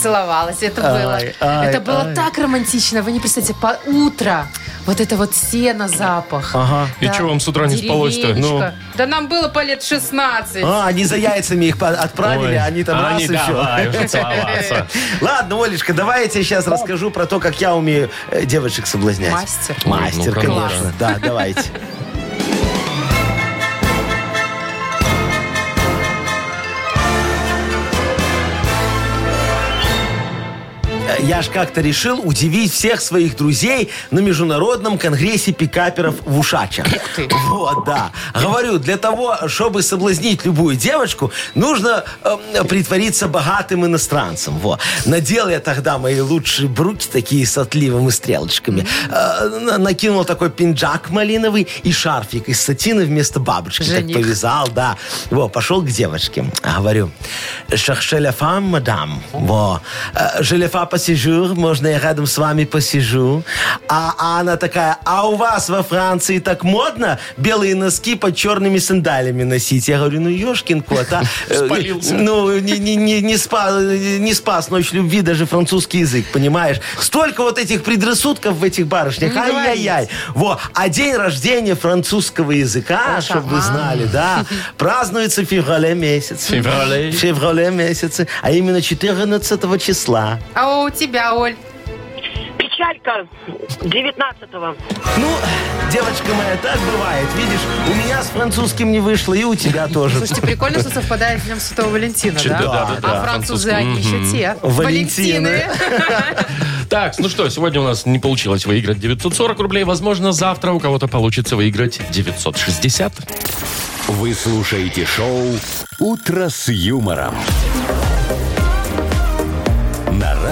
Speaker 3: целовалась, это
Speaker 2: Ай,
Speaker 3: было.
Speaker 2: ай,
Speaker 3: это было
Speaker 2: ай.
Speaker 3: так романтично, вы не представляете, по утро вот это вот сено запах.
Speaker 2: Ага.
Speaker 1: И чё вам с утра не спалось-то?
Speaker 3: деревенечка.
Speaker 1: Ну.
Speaker 3: Да нам было по лет 16.
Speaker 2: А, они за яйцами их по- отправили,
Speaker 1: Ой,
Speaker 2: они там
Speaker 1: а
Speaker 2: раз
Speaker 1: они
Speaker 2: и все.
Speaker 1: давай уже целоваться.
Speaker 2: Ладно, Олечка, давай я тебе сейчас расскажу про то, как я умею э, девочек соблазнять.
Speaker 3: Мастер.
Speaker 2: Мастер,
Speaker 1: Ну, конечно.
Speaker 2: конечно. Да, давайте. Э, Я ж как-то решил удивить всех своих друзей на международном конгрессе пикаперов в Ушачах. Вот, да. Говорю, для того, чтобы соблазнить любую девочку, нужно э, притвориться богатым иностранцем. Во. Надел я тогда мои лучшие брюки, такие с отливом и стрелочками. Э, на- накинул такой пинджак малиновый и шарфик из сатины вместо бабочки.
Speaker 3: Жених.
Speaker 2: Так повязал, да. Во, пошел к девочке. Говорю, шахшеляфам, мадам. Во. «Э, «Je le fais посижу, можно я рядом с вами посижу. А, а она такая, а у вас во Франции так модно белые носки под черными сандалями носить? Я говорю, ну ешкин кот, а. Э,
Speaker 1: Спалился.
Speaker 2: Ну, не, не, не, не, спа- не спас ночь любви даже французский язык, понимаешь? Столько вот этих предрассудков в этих барышнях.
Speaker 3: Не
Speaker 2: Ай-яй-яй. Во. А день рождения французского языка,
Speaker 3: О,
Speaker 2: чтобы вы
Speaker 3: шаман.
Speaker 2: знали, да, празднуется в феврале месяце.
Speaker 1: Феврале.
Speaker 2: В феврале месяце, а именно 14 числа.
Speaker 3: А у тебя, Оль?
Speaker 9: Печалька 19-го.
Speaker 2: Ну, девочка моя, так бывает. Видишь, у меня с французским не вышло, и у тебя тоже.
Speaker 3: Слушайте, прикольно, что совпадает с Днем Святого Валентина,
Speaker 1: Чё,
Speaker 3: да?
Speaker 1: да-да-да,
Speaker 3: А
Speaker 1: да,
Speaker 3: французы,
Speaker 1: французского.
Speaker 3: они еще те.
Speaker 2: Валентины.
Speaker 1: Так, ну что, сегодня у нас не получилось выиграть 940 рублей. Возможно, завтра у кого-то получится выиграть 960.
Speaker 4: Вы слушаете шоу «Утро с юмором». На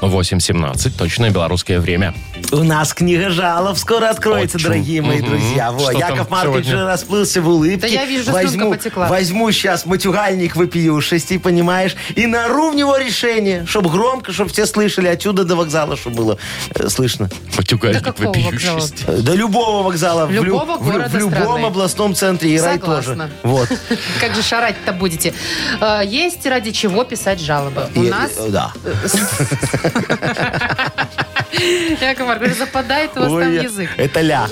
Speaker 1: 8.17, точное белорусское время.
Speaker 2: У нас книга жалоб скоро откроется,
Speaker 1: Очень.
Speaker 2: дорогие мои
Speaker 1: Мгм.
Speaker 2: друзья. Во,
Speaker 1: Что там
Speaker 2: Яков Маркович
Speaker 1: сегодня?
Speaker 2: уже расплылся в улыбке.
Speaker 3: Да я вижу, слюнка
Speaker 2: возьму,
Speaker 3: потекла.
Speaker 2: возьму сейчас матюгальник вопиюшести, понимаешь, и нару в него решение, чтобы громко, чтобы все слышали, отсюда до вокзала, чтобы было э, слышно.
Speaker 1: Матюгальник
Speaker 3: Да какого
Speaker 1: вопиющий.
Speaker 3: вокзала?
Speaker 2: Э, До любого вокзала, в лю-
Speaker 3: Любого
Speaker 2: в, лю-
Speaker 3: города
Speaker 2: в любом
Speaker 3: страны.
Speaker 2: областном центре, и рай
Speaker 3: Согласна.
Speaker 2: тоже. Вот.
Speaker 3: Как же шарать-то будете? Э, Есть ради чего писать жалобы. У
Speaker 2: И-
Speaker 3: нас...
Speaker 2: э, Да.
Speaker 3: Яков Маркович, западает у вас там
Speaker 2: Ой, я-
Speaker 3: язык.
Speaker 2: Это ля.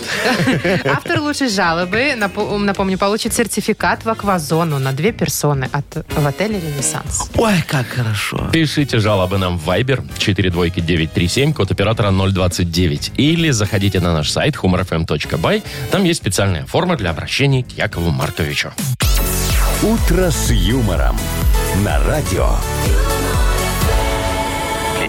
Speaker 3: Автор лучшей жалобы, напо- напомню, получит сертификат в аквазону на две персоны от, в отеле «Ренессанс».
Speaker 2: Ой, как хорошо.
Speaker 1: Пишите жалобы нам в Viber 42937, код оператора 029. Или заходите на наш сайт humorfm.by. Там есть специальная форма для обращений к Якову Марковичу.
Speaker 4: «Утро с юмором» на радио.
Speaker 6: Для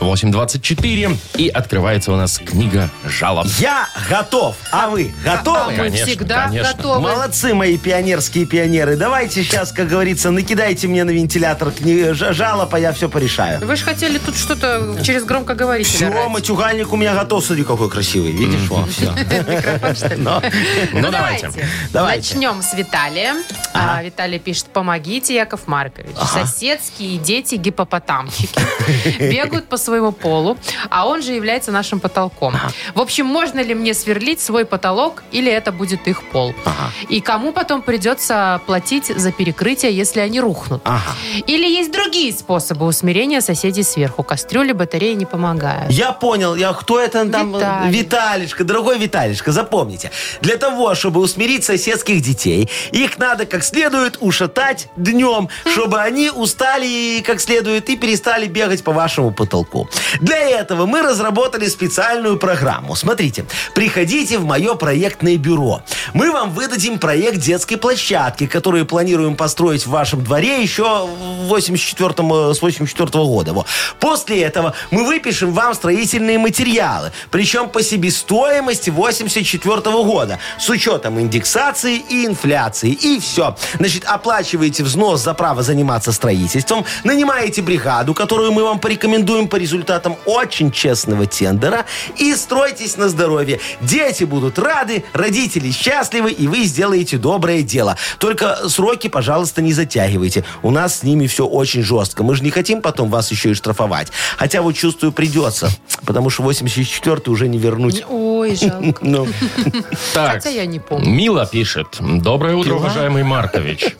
Speaker 1: 8.24. И открывается у нас книга жалоб.
Speaker 2: Я готов. А вы
Speaker 3: А
Speaker 2: готовы?
Speaker 3: мы
Speaker 1: Конечно,
Speaker 3: всегда
Speaker 1: конечно.
Speaker 3: готовы.
Speaker 2: Молодцы мои пионерские пионеры. Давайте сейчас, как говорится, накидайте мне на вентилятор кни- ж- жалоб, а я все порешаю.
Speaker 3: Вы же хотели тут что-то через громкоговоритель
Speaker 2: Все,
Speaker 3: орать.
Speaker 2: матюгальник у меня готов. Смотри, какой красивый. Видишь, во, всё.
Speaker 1: Ну,
Speaker 3: Ну,
Speaker 1: давайте.
Speaker 2: Давайте.
Speaker 3: Начнем с Виталия. А, Виталий пишет, помогите, Яков Маркович. Соседские дети-гипопотамщики бегают по своему полу, а он же является нашим потолком. В общем, можно ли мне сверлить свой потолок, или это будет их пол? И кому потом придется платить за перекрытие, если они рухнут?
Speaker 2: Ага.
Speaker 3: Или есть другие способы усмирения соседей сверху? Кастрюли, батареи не помогают.
Speaker 2: Я понял, я кто это там? э,
Speaker 3: Виталий.
Speaker 2: Виталишка, дорогой Виталишка, запомните. Для того, чтобы усмирить соседских детей, их надо как следует ушатать днем, чтобы они устали как следует и перестали бегать по вашему потолку. Для этого мы разработали специальную программу. Смотрите, приходите в мое проектное бюро. Мы вам выдадим проект детской площадки, которую планируем построить в вашем дворе еще в 84 с 84 года. Во. После этого мы выпишем вам строительные материалы, причем по себестоимости 84 года, с учетом индексации и инфляции. И все. Значит, оплачиваете взнос за право заниматься строительством, нанимаете бригаду, которую мы вам порекомендуем по результатам очень честного тендера, и стройтесь на здоровье. Дети будут рады, родители счастливы, и вы сделаете доброе дело. Только сроки, пожалуйста, не затягивайте. У нас с ними все очень жестко. Мы же не хотим потом вас еще и штрафовать. Хотя вот чувствую придется, потому что 84 уже не вернуть.
Speaker 3: Ой, жалко.
Speaker 2: Ну,
Speaker 1: Так.
Speaker 3: Хотя я не помню.
Speaker 1: Мила пишет. Доброе утро, уважаемый Маркович.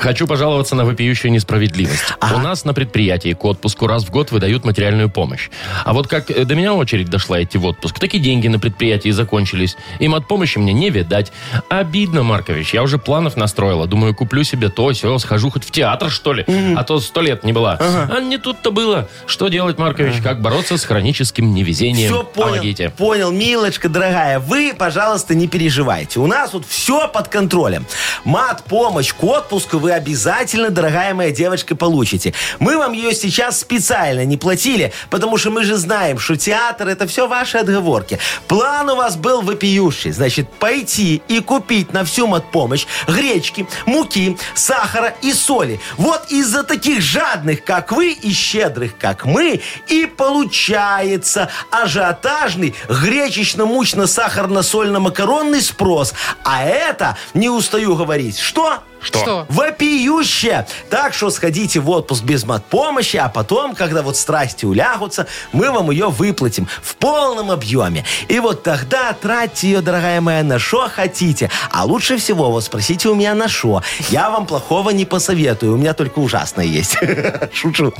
Speaker 1: Хочу пожаловаться на вопиющую несправедливость. У нас на предприятии к отпуску раз в год выдают материальную помощь. А вот как э, до меня очередь дошла идти в отпуск, так и деньги на предприятии закончились. Им от помощи мне не видать. Обидно, Маркович. Я уже планов настроила. Думаю, куплю себе то, все, схожу хоть в театр, что ли. А то сто лет не была. А не тут-то было. Что делать, Маркович? Как бороться с хроническим невезением?
Speaker 2: Все понял,
Speaker 1: Помогите.
Speaker 2: понял, милочка дорогая. Вы, пожалуйста, не переживайте. У нас тут все под контролем. Мат, помощь к отпуску вы обязательно, дорогая моя девочка, получите. Мы вам ее сейчас специально не платили, потому что мы же знаем, что театр это все ваши отговорки. План у вас был вопиющий. Значит, пойти и купить на всю матпомощь гречки, муки, сахара и соли. Вот из-за таких жадных, как вы, и щедрых, как мы, и получается ажиотажный гречечно-мучно-сахарно-сольно-макаронный спрос. А это, не устаю говорить, что?
Speaker 3: Что?
Speaker 2: Вопиюще! Так что сходите в отпуск без матпомощи, а потом, когда вот страсти улягутся, мы вам ее выплатим в полном объеме. И вот тогда тратьте ее, дорогая моя, на что хотите. А лучше всего вот спросите у меня на что. Я вам плохого не посоветую, у меня только ужасное есть. Шучу.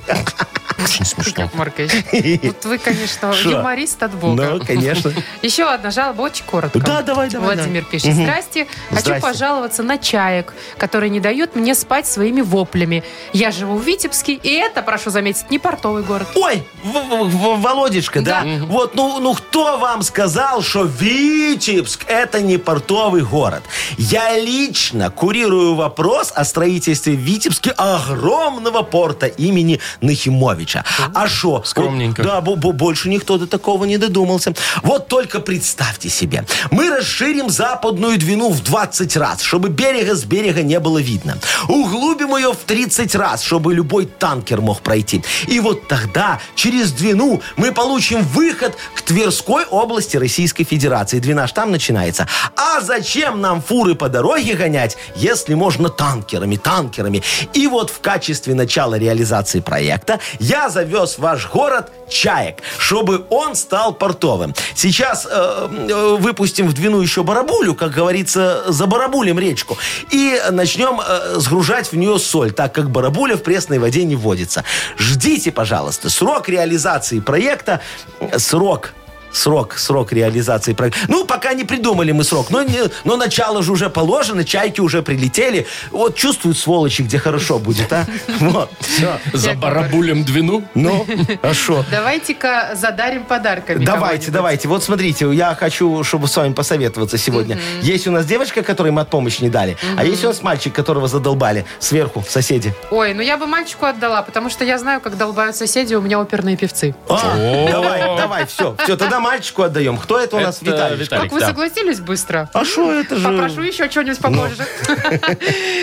Speaker 1: Очень смешно.
Speaker 3: Яков Маркович, вот вы, конечно,
Speaker 2: Шо?
Speaker 3: юморист от бога.
Speaker 2: Ну, конечно.
Speaker 3: Еще одна жалоба, очень коротко.
Speaker 2: Да, давай, давай,
Speaker 3: Владимир пишет. Здрасте. Хочу
Speaker 2: Здрасте.
Speaker 3: пожаловаться на чаек, который не дает мне спать своими воплями. Я живу в Витебске, и это, прошу заметить, не портовый город.
Speaker 2: Ой, В- В- В- Володечка, да?
Speaker 3: Да.
Speaker 2: Вот, ну, ну кто вам сказал, что Витебск это не портовый город? Я лично курирую вопрос о строительстве в Витебске огромного порта имени Нахимович. Ивановича. А что?
Speaker 1: Скромненько.
Speaker 2: да, бо- бо- больше никто до такого не додумался. Вот только представьте себе. Мы расширим западную Двину в 20 раз, чтобы берега с берега не было видно. Углубим ее в 30 раз, чтобы любой танкер мог пройти. И вот тогда, через Двину, мы получим выход к Тверской области Российской Федерации. Двина ж там начинается. А зачем нам фуры по дороге гонять, если можно танкерами, танкерами? И вот в качестве начала реализации проекта я завез в ваш город чаек, чтобы он стал портовым. Сейчас э, э, выпустим в Двину еще барабулю, как говорится, за барабулем речку. И начнем э, сгружать в нее соль, так как барабуля в пресной воде не водится. Ждите, пожалуйста, срок реализации проекта, э, срок Срок, срок реализации проекта. Ну, пока не придумали мы срок, но, не, но начало же уже положено, чайки уже прилетели. Вот чувствуют сволочи, где хорошо будет, а? Вот, все.
Speaker 1: За
Speaker 3: Яков
Speaker 1: барабулем двину?
Speaker 2: Ну, а что?
Speaker 3: Давайте-ка задарим подарками.
Speaker 2: Давайте,
Speaker 3: кого-нибудь.
Speaker 2: давайте. Вот смотрите, я хочу, чтобы с вами посоветоваться сегодня. Есть у нас девочка, которой мы от помощи не дали, а есть у нас мальчик, которого задолбали сверху соседи.
Speaker 3: Ой, ну я бы мальчику отдала, потому что я знаю, как долбают соседи, у меня оперные певцы.
Speaker 2: А,
Speaker 1: О.
Speaker 2: давай, давай, все. Все, тогда мальчику отдаем. Кто это у нас?
Speaker 1: Это
Speaker 2: Виталий.
Speaker 1: Виталик,
Speaker 3: Как вы
Speaker 1: да.
Speaker 3: согласились быстро?
Speaker 2: А что это же?
Speaker 3: Попрошу еще что-нибудь
Speaker 2: Ну.
Speaker 3: попозже.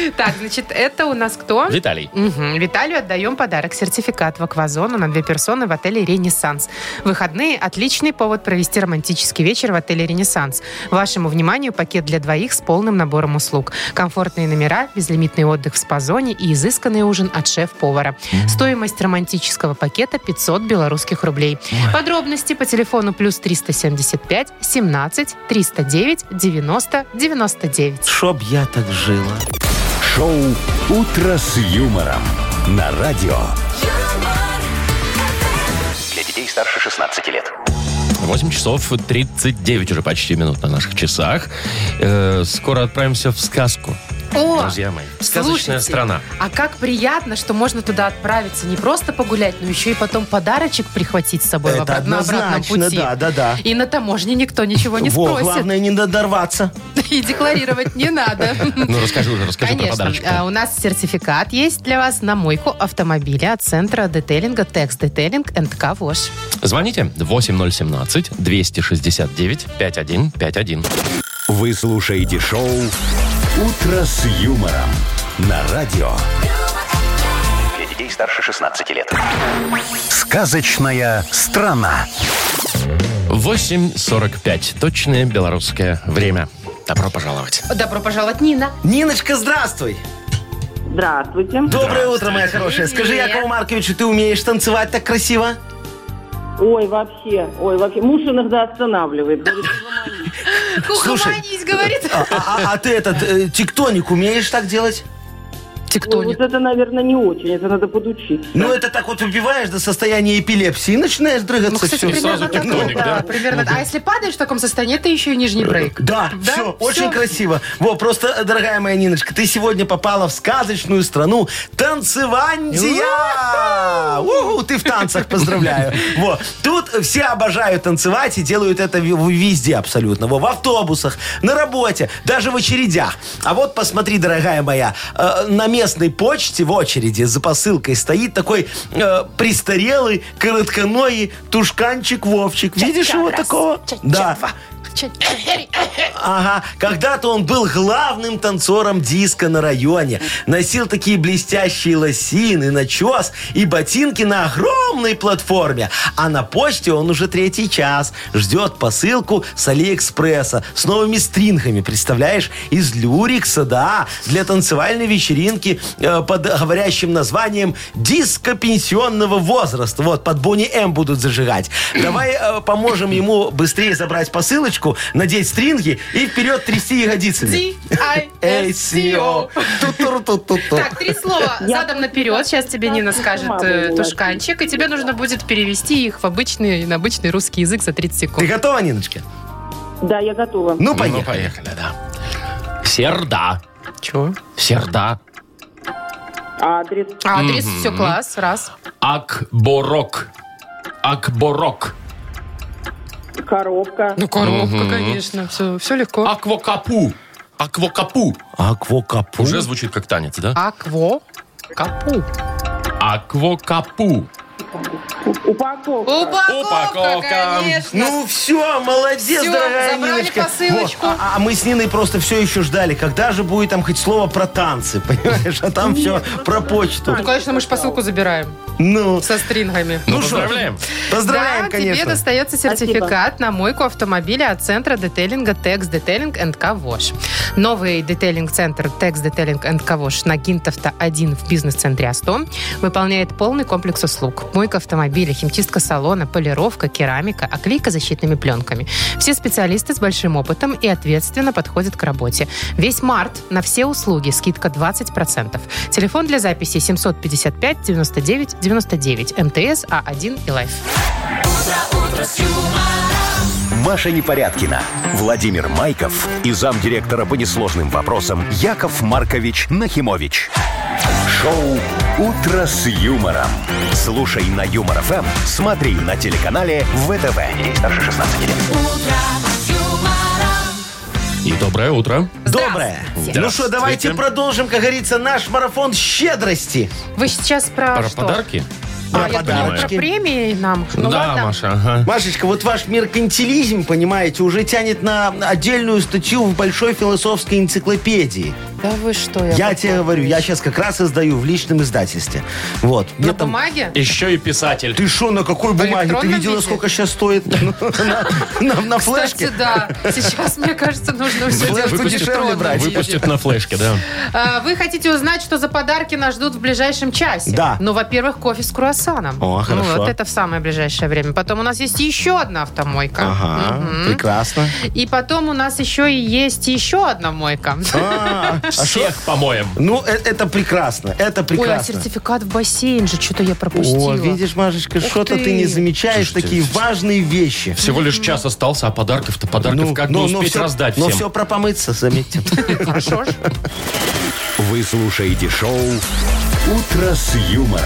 Speaker 3: Так, значит, это у нас кто?
Speaker 1: Виталий.
Speaker 3: Мгм. Виталию отдаем подарок. Сертификат в аквазону на две персоны в отеле «Ренессанс». Выходные – отличный повод провести романтический вечер в отеле «Ренессанс». Вашему вниманию пакет для двоих с полным набором услуг. Комфортные номера, безлимитный отдых в спа-зоне и изысканный ужин от шеф-повара. Стоимость романтического пакета – 500 белорусских рублей. Подробности по телефону плюс 375 17 309 90 99.
Speaker 2: Чтоб я так жила.
Speaker 4: Шоу «Утро с юмором» на радио.
Speaker 5: юмор,
Speaker 6: Для детей старше 16 лет.
Speaker 1: 8 часов 39 уже почти минут на наших часах. Э, скоро отправимся в сказку,
Speaker 3: О,
Speaker 1: друзья мои. Сказочная
Speaker 3: Слушайте,
Speaker 1: страна.
Speaker 3: А как приятно, что можно туда отправиться не просто погулять, но еще и потом подарочек прихватить с собой в
Speaker 2: Это
Speaker 3: обрат- на обратном
Speaker 2: однозначно,
Speaker 3: пути.
Speaker 2: да, да, да.
Speaker 3: И на таможне никто ничего Ну, не
Speaker 2: Во,
Speaker 3: спросит.
Speaker 2: главное не надорваться.
Speaker 3: И декларировать не надо.
Speaker 1: Ну, расскажи уже, расскажи про
Speaker 3: Конечно.
Speaker 1: подарочек.
Speaker 3: А, У нас сертификат есть для вас на мойку автомобиля от центра детейлинга Текст Детейлинг НК ВОЖ.
Speaker 1: Звоните 8017-269-5151.
Speaker 4: Вы слушаете шоу «Утро с юмором» на радио.
Speaker 6: Для детей старше 16 лет.
Speaker 4: Сказочная страна.
Speaker 1: 8.45. Точное белорусское время. Добро пожаловать.
Speaker 3: Добро пожаловать, Нина.
Speaker 2: Ниночка, здравствуй.
Speaker 9: Здравствуйте.
Speaker 2: Доброе утро, моя хорошая. Скажи,
Speaker 3: Привет.
Speaker 2: Якову Марковичу, ты умеешь танцевать так красиво?
Speaker 9: Ой, вообще, ой, вообще. Муж иногда останавливает. Говорит,
Speaker 3: Угомонись, говорит.
Speaker 2: А, а- а ты этот э, тиктоник умеешь так делать?
Speaker 9: «Ой, вот
Speaker 3: Тектоник.
Speaker 9: это, наверное, не очень, это надо подучить.
Speaker 2: Ну, это так вот убиваешь до состояния эпилепсии и начинаешь дрыгаться.
Speaker 3: Ну, кстати,
Speaker 2: всё.
Speaker 3: примерно
Speaker 1: сразу
Speaker 3: такое,
Speaker 1: тектоник, да?
Speaker 3: да.
Speaker 2: Ну,
Speaker 3: Примерно. А если падаешь в таком состоянии, это еще и нижний брейк.
Speaker 2: Да, все, очень красиво. Во, просто, э, дорогая моя Ниночка, ты сегодня попала в сказочную страну танцевантия! Уху, ты в танцах, поздравляю. Во, тут все обожают танцевать и делают это в- везде абсолютно. Во, в автобусах, на работе, даже в очередях. А вот посмотри, дорогая моя, э, на местной почте в очереди за посылкой стоит такой э, престарелый, коротконогий тушканчик Вовчик. Видишь его такого? Да. Ага, когда-то он был главным танцором диска на районе. Носил такие блестящие лосины, начес и ботинки на огромной платформе. А на почте он уже третий час ждет посылку с Алиэкспресса с новыми стрингами, представляешь? Из люрикса, да, для танцевальной вечеринки э, под говорящим названием «Диско пенсионного возраста». Вот, под Бонни М будут зажигать. Давай э, поможем ему быстрее забрать посылочку, надеть стринги и вперед трясти ягодицами.
Speaker 3: D-I-S-C-O.
Speaker 2: Ту-ту-ру-ту-ту-ту.
Speaker 3: Так, три слова задом наперед. Сейчас тебе Нина скажет э,
Speaker 9: понимаю.
Speaker 3: тушканчик, и тебе нужно будет перевести их в обычный, на обычный русский язык за 30
Speaker 2: Ты
Speaker 3: секунд.
Speaker 2: готова, Ниночка?
Speaker 9: Да, я готова.
Speaker 2: Ну,
Speaker 1: Ну,
Speaker 2: поехали.
Speaker 1: поехали, да. Серда.
Speaker 3: Чего?
Speaker 1: Серда.
Speaker 9: Адрес.
Speaker 3: Адрес, все, класс, раз.
Speaker 1: Акборок. Акборок.
Speaker 9: Коробка.
Speaker 3: Ну, коробка, конечно, все, все легко.
Speaker 1: Аквокапу. Аквокапу.
Speaker 2: Аквокапу.
Speaker 1: Уже звучит как танец, да?
Speaker 3: Акво. Капу.
Speaker 2: Ну
Speaker 1: Аквокапу.
Speaker 9: Упаковка.
Speaker 3: Упаковка,
Speaker 1: Упаковка.
Speaker 3: конечно.
Speaker 2: Ну все, молодец,
Speaker 3: Всё,
Speaker 2: дорогая
Speaker 3: забрали
Speaker 2: Ниночка.
Speaker 3: посылочку.
Speaker 2: Во, а, а мы с Ниной просто все еще ждали, когда же будет там хоть слово про танцы, понимаешь? А там все про почту.
Speaker 3: Ну, конечно, мы же посылку забираем
Speaker 2: Ну,
Speaker 3: со стрингами.
Speaker 1: Ну,
Speaker 2: шо,
Speaker 1: поздравляем.
Speaker 2: Поздравляем,
Speaker 3: да,
Speaker 2: конечно.
Speaker 3: тебе достается сертификат на мойку автомобиля от центра детейлинга Tex Detailing К Вош. Новый детейлинг-центр Tex Detailing К Вош на Гинтовта 1 в бизнес-центре А100 выполняет полный комплекс услуг. Мойка автомобиля, химчистка салона, полировка, керамика, оклейка защитными пленками. Все специалисты с большим опытом и ответственно подходят к работе. Весь март на все услуги скидка 20%. Телефон для записи 755 99 99 МТС А1 и Лайф.
Speaker 4: Маша Непорядкина, Владимир Майков и замдиректора по несложным вопросам Яков Маркович Нахимович. Шоу «Утро с юмором». Слушай на Юмор ФМ, смотри на телеканале ВТВ. Ей старше 16 лет.
Speaker 1: И доброе утро.
Speaker 2: Доброе.
Speaker 3: Здравствуйте.
Speaker 2: Ну что, давайте
Speaker 1: Здравствуйте.
Speaker 2: продолжим, как говорится, наш марафон щедрости.
Speaker 3: Вы сейчас про,
Speaker 1: Про
Speaker 3: что?
Speaker 1: подарки?
Speaker 3: А, я
Speaker 2: Про
Speaker 3: думала, про
Speaker 2: подарочки.
Speaker 3: премии нам. Ну
Speaker 1: да,
Speaker 3: ладно.
Speaker 1: Маша, ага.
Speaker 2: Машечка, вот ваш меркантилизм, понимаете, уже тянет на отдельную статью в большой философской энциклопедии.
Speaker 3: Да вы что,
Speaker 2: Я тебе говорю, я сейчас как раз издаю в личном издательстве. Вот.
Speaker 3: На
Speaker 2: Мне там-
Speaker 3: бумаге?
Speaker 1: Еще и писатель.
Speaker 2: Ты что, на какой бумаге? Ты
Speaker 3: электронном
Speaker 2: видела,
Speaker 3: виде?
Speaker 2: сколько сейчас стоит Ну, на- на- на флешке?
Speaker 3: Кстати, да. Сейчас, мне кажется, нужно все
Speaker 2: Флешку
Speaker 3: делать
Speaker 2: дешевле
Speaker 3: электронно.
Speaker 2: брать.
Speaker 1: Выпустит на флешке, да.
Speaker 3: А, Вы хотите узнать, что за подарки нас ждут в ближайшем часе?
Speaker 2: Да.
Speaker 3: Ну, во-первых, кофе с круассаном.
Speaker 2: О, хорошо.
Speaker 3: Ну, вот это в самое ближайшее время. Потом у нас есть еще одна автомойка.
Speaker 2: Ага, прекрасно.
Speaker 3: И потом у нас еще и есть еще одна мойка.
Speaker 2: А, а шо-
Speaker 1: Всех помоем.
Speaker 2: Ну, э- это прекрасно, это
Speaker 3: Ой, а
Speaker 2: прекрасно.
Speaker 3: сертификат в бассейн же, что-то я пропустила.
Speaker 2: О, видишь, Машечка, что-то ты
Speaker 3: ты.
Speaker 2: не замечаешь такие важные вещи.
Speaker 1: Всего лишь час остался, а подарков-то подарков как бы успеть
Speaker 2: Ну, всё-
Speaker 1: раздать
Speaker 2: но
Speaker 1: всем?
Speaker 2: все про помыться, заметьте.
Speaker 3: Хорошо ж.
Speaker 4: Вы слушаете шоу «Утро с юмором»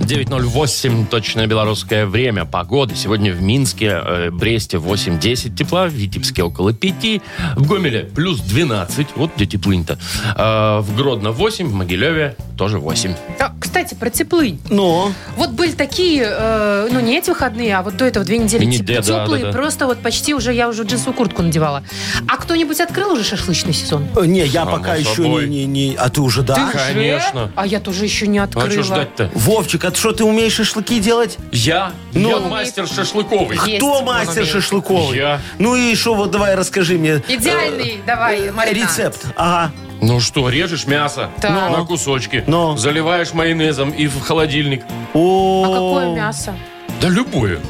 Speaker 1: 9.08, точное белорусское время. Погода сегодня в Минске, э, Бресте 8-10 тепла, в Витебске около 5, в Гомеле плюс 12, вот где теплынь-то. А, в Гродно 8, в Могилеве тоже 8.
Speaker 3: А, Кстати, про теплынь.
Speaker 2: Ну,
Speaker 3: Вот были такие, э, ну не эти выходные, а вот до этого две недели
Speaker 1: Не- да,
Speaker 3: теп-
Speaker 1: да,
Speaker 3: теплые,
Speaker 1: да, да.
Speaker 3: просто вот почти уже я уже джинсовую куртку надевала. А кто-нибудь открыл уже шашлычный сезон?
Speaker 2: э, не, я
Speaker 1: Само
Speaker 2: пока еще
Speaker 1: собой.
Speaker 2: не, не, не- А ты уже, да?
Speaker 3: Ты уже?
Speaker 1: конечно.
Speaker 3: А я тоже еще не
Speaker 1: А что
Speaker 3: открыла.
Speaker 1: ждать-то?
Speaker 2: Вовчик, а ты что, ты умеешь шашлыки делать?
Speaker 1: Я?
Speaker 2: Ну.
Speaker 1: я мастер шашлыковый.
Speaker 3: Есть,
Speaker 2: Кто
Speaker 3: он
Speaker 2: мастер
Speaker 3: умеет.
Speaker 2: шашлыковый?
Speaker 1: Я.
Speaker 2: Ну и что, вот давай расскажи мне. э,
Speaker 3: Идеальный, давай, Марина.
Speaker 2: Рецепт. Ага.
Speaker 1: Ну что, режешь мясо
Speaker 3: Так. Ну.
Speaker 1: на кусочки,
Speaker 2: Ну.
Speaker 1: заливаешь майонезом и в холодильник.
Speaker 2: О,
Speaker 3: А какое мясо?
Speaker 1: Да любое.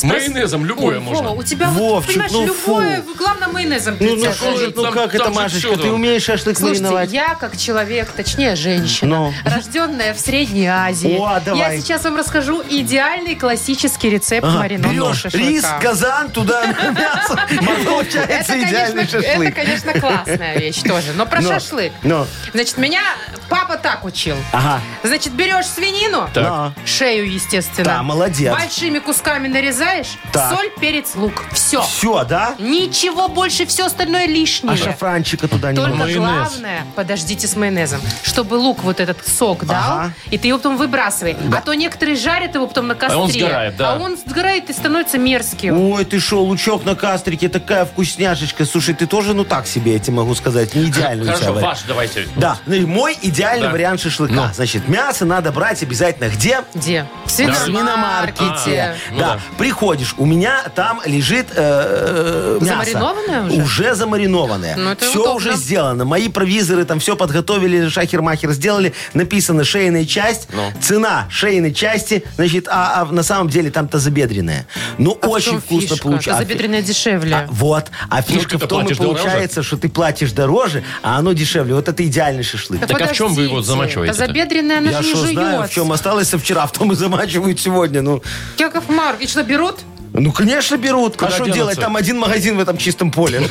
Speaker 1: Майонезом любое
Speaker 3: Ой,
Speaker 1: можно.
Speaker 3: Вова, у тебя, вот,
Speaker 2: Вовчик,
Speaker 3: понимаешь,
Speaker 2: ну
Speaker 3: любое,
Speaker 2: фу.
Speaker 3: главное, майонезом
Speaker 2: Ну, ну,
Speaker 3: придет.
Speaker 2: слушай, ну
Speaker 1: Там-
Speaker 2: как
Speaker 1: там
Speaker 2: это,
Speaker 1: же
Speaker 2: Машечка,
Speaker 1: чудо.
Speaker 2: ты умеешь шашлык
Speaker 3: Слушайте,
Speaker 2: мариновать?
Speaker 3: я как человек, точнее женщина,
Speaker 2: Ну.
Speaker 3: рожденная в Средней Азии,
Speaker 2: О, давай.
Speaker 3: я сейчас вам расскажу идеальный классический рецепт
Speaker 2: Ага,
Speaker 3: маринада
Speaker 2: берешь
Speaker 3: шашлыка.
Speaker 2: рис, казан, туда мясо, и получается идеальный
Speaker 3: конечно, это,
Speaker 2: шашлык. Ну,
Speaker 3: конечно, классная вещь тоже. Но про
Speaker 2: Но,
Speaker 3: шашлык.
Speaker 2: но.
Speaker 3: Значит, меня папа так учил.
Speaker 2: Ага. А.
Speaker 3: Значит, берешь свинину,
Speaker 1: Так.
Speaker 2: На.
Speaker 3: шею, естественно.
Speaker 2: Да, молодец.
Speaker 3: Большими кусками нарезаешь,
Speaker 2: Так.
Speaker 3: соль, перец, лук. Все.
Speaker 2: Все, да?
Speaker 3: Ничего больше, все остальное лишнее.
Speaker 2: А шафранчика туда не
Speaker 3: Только
Speaker 2: надо?
Speaker 1: Майонез.
Speaker 3: главное, подождите с майонезом, чтобы лук вот этот сок дал,
Speaker 2: Ага.
Speaker 3: и ты его потом выбрасывай. А то некоторые жарят его потом на костре.
Speaker 1: он сгорает, да.
Speaker 3: А он сгорает и становится мерзким.
Speaker 2: Ой, ты шо, лучок на кастрике, такая вкусняшечка. Слушай, ты тоже, ну так себе, я тебе могу сказать, не идеальный у тебя
Speaker 1: Хорошо,
Speaker 2: вариант.
Speaker 1: ваш давайте.
Speaker 2: Да, ну и мой идеальный
Speaker 1: Да.
Speaker 2: вариант шашлыка.
Speaker 1: Ну.
Speaker 2: Значит, мясо надо брать обязательно где?
Speaker 3: Где? В
Speaker 2: В свиномаркете.
Speaker 3: свиномаркете.
Speaker 1: ну
Speaker 2: да.
Speaker 1: да.
Speaker 2: приходишь, у меня там лежит э, э, мясо.
Speaker 3: Замаринованное уже?
Speaker 2: Уже замаринованное.
Speaker 3: Ну, это
Speaker 2: все
Speaker 3: удобно.
Speaker 2: уже сделано. Мои провизоры там все подготовили, шахер-махер сделали. Написано шейная часть,
Speaker 1: Ну.
Speaker 2: цена шейной части, значит, а, а на самом деле там тазобедренная. Ну,
Speaker 3: А в
Speaker 2: очень
Speaker 3: чем
Speaker 2: вкусно
Speaker 3: фишка?
Speaker 2: получилось.
Speaker 3: Тазобедренная дешевле.
Speaker 2: А, вот. А фишка
Speaker 1: Ну, ты-то
Speaker 2: в том и
Speaker 1: платишь дороже.
Speaker 2: получается, что ты платишь дороже, а оно дешевле. Вот это идеальный шашлык.
Speaker 1: Так а в чем вы его
Speaker 3: подождите,
Speaker 1: замачиваете-то?
Speaker 3: Тазобедренная, она
Speaker 2: Я
Speaker 3: же
Speaker 2: что
Speaker 3: не
Speaker 2: знаю,
Speaker 3: жует.
Speaker 2: в чем осталось со вчера, в том и замачивают сегодня. Ну,
Speaker 3: Яков Маркович, что, берут?
Speaker 2: ну конечно, берут.
Speaker 1: Куда
Speaker 2: а что
Speaker 1: денутся?
Speaker 2: делать? Там один магазин в этом чистом поле.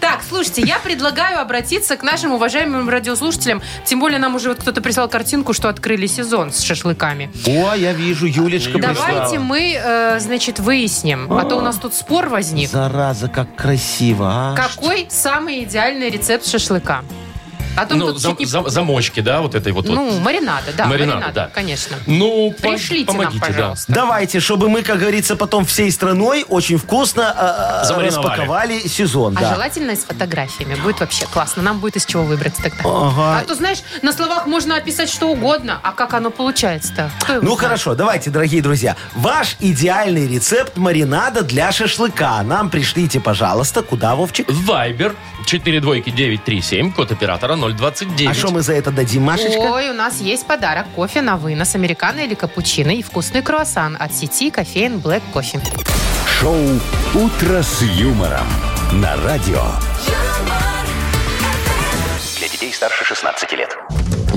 Speaker 3: Так, слушайте, я предлагаю обратиться к нашим уважаемым радиослушателям. Тем более нам уже вот кто-то прислал картинку, что открыли сезон с шашлыками.
Speaker 2: О, я вижу, Юлечка
Speaker 3: Давайте
Speaker 2: пришла.
Speaker 3: мы, э, значит, выясним. А то у нас тут спор возник.
Speaker 2: Зараза, как красиво, а.
Speaker 3: Какой самый идеальный рецепт шашлыка? Потом
Speaker 1: Ну,
Speaker 3: тут
Speaker 1: зам-
Speaker 3: чуть не-
Speaker 1: зам- замочки, да, вот этой вот. вот.
Speaker 3: Ну, маринада, да,
Speaker 1: Маринада,
Speaker 3: маринада,
Speaker 1: да.
Speaker 3: конечно.
Speaker 1: Ну, по-
Speaker 3: Пришлите
Speaker 1: помогите,
Speaker 3: нам,
Speaker 1: да.
Speaker 3: пожалуйста.
Speaker 2: Давайте, чтобы мы, как говорится, потом всей страной очень вкусно а, а,
Speaker 1: Замариновали.
Speaker 2: распаковали сезон.
Speaker 3: А
Speaker 2: да.
Speaker 3: желательно с фотографиями. Будет вообще классно. Нам будет из чего выбрать тогда.
Speaker 2: Ага.
Speaker 3: А то, знаешь, на словах можно описать что угодно, а как оно получается-то? Кто его
Speaker 2: Ну
Speaker 3: знает?
Speaker 2: хорошо, давайте, дорогие друзья. Ваш идеальный рецепт маринада для шашлыка. Нам пришлите, пожалуйста, куда, Вовчик?
Speaker 1: Вайбер 42937, код оператора 029.
Speaker 2: А что мы за это дадим, Машечка?
Speaker 3: Ой, у нас есть подарок. Кофе на вынос, американо или капучино и вкусный круассан от сети кофеин Black Кофе.
Speaker 4: Шоу «Утро с юмором» на радио.
Speaker 5: юмор,
Speaker 6: Для детей старше 16 лет.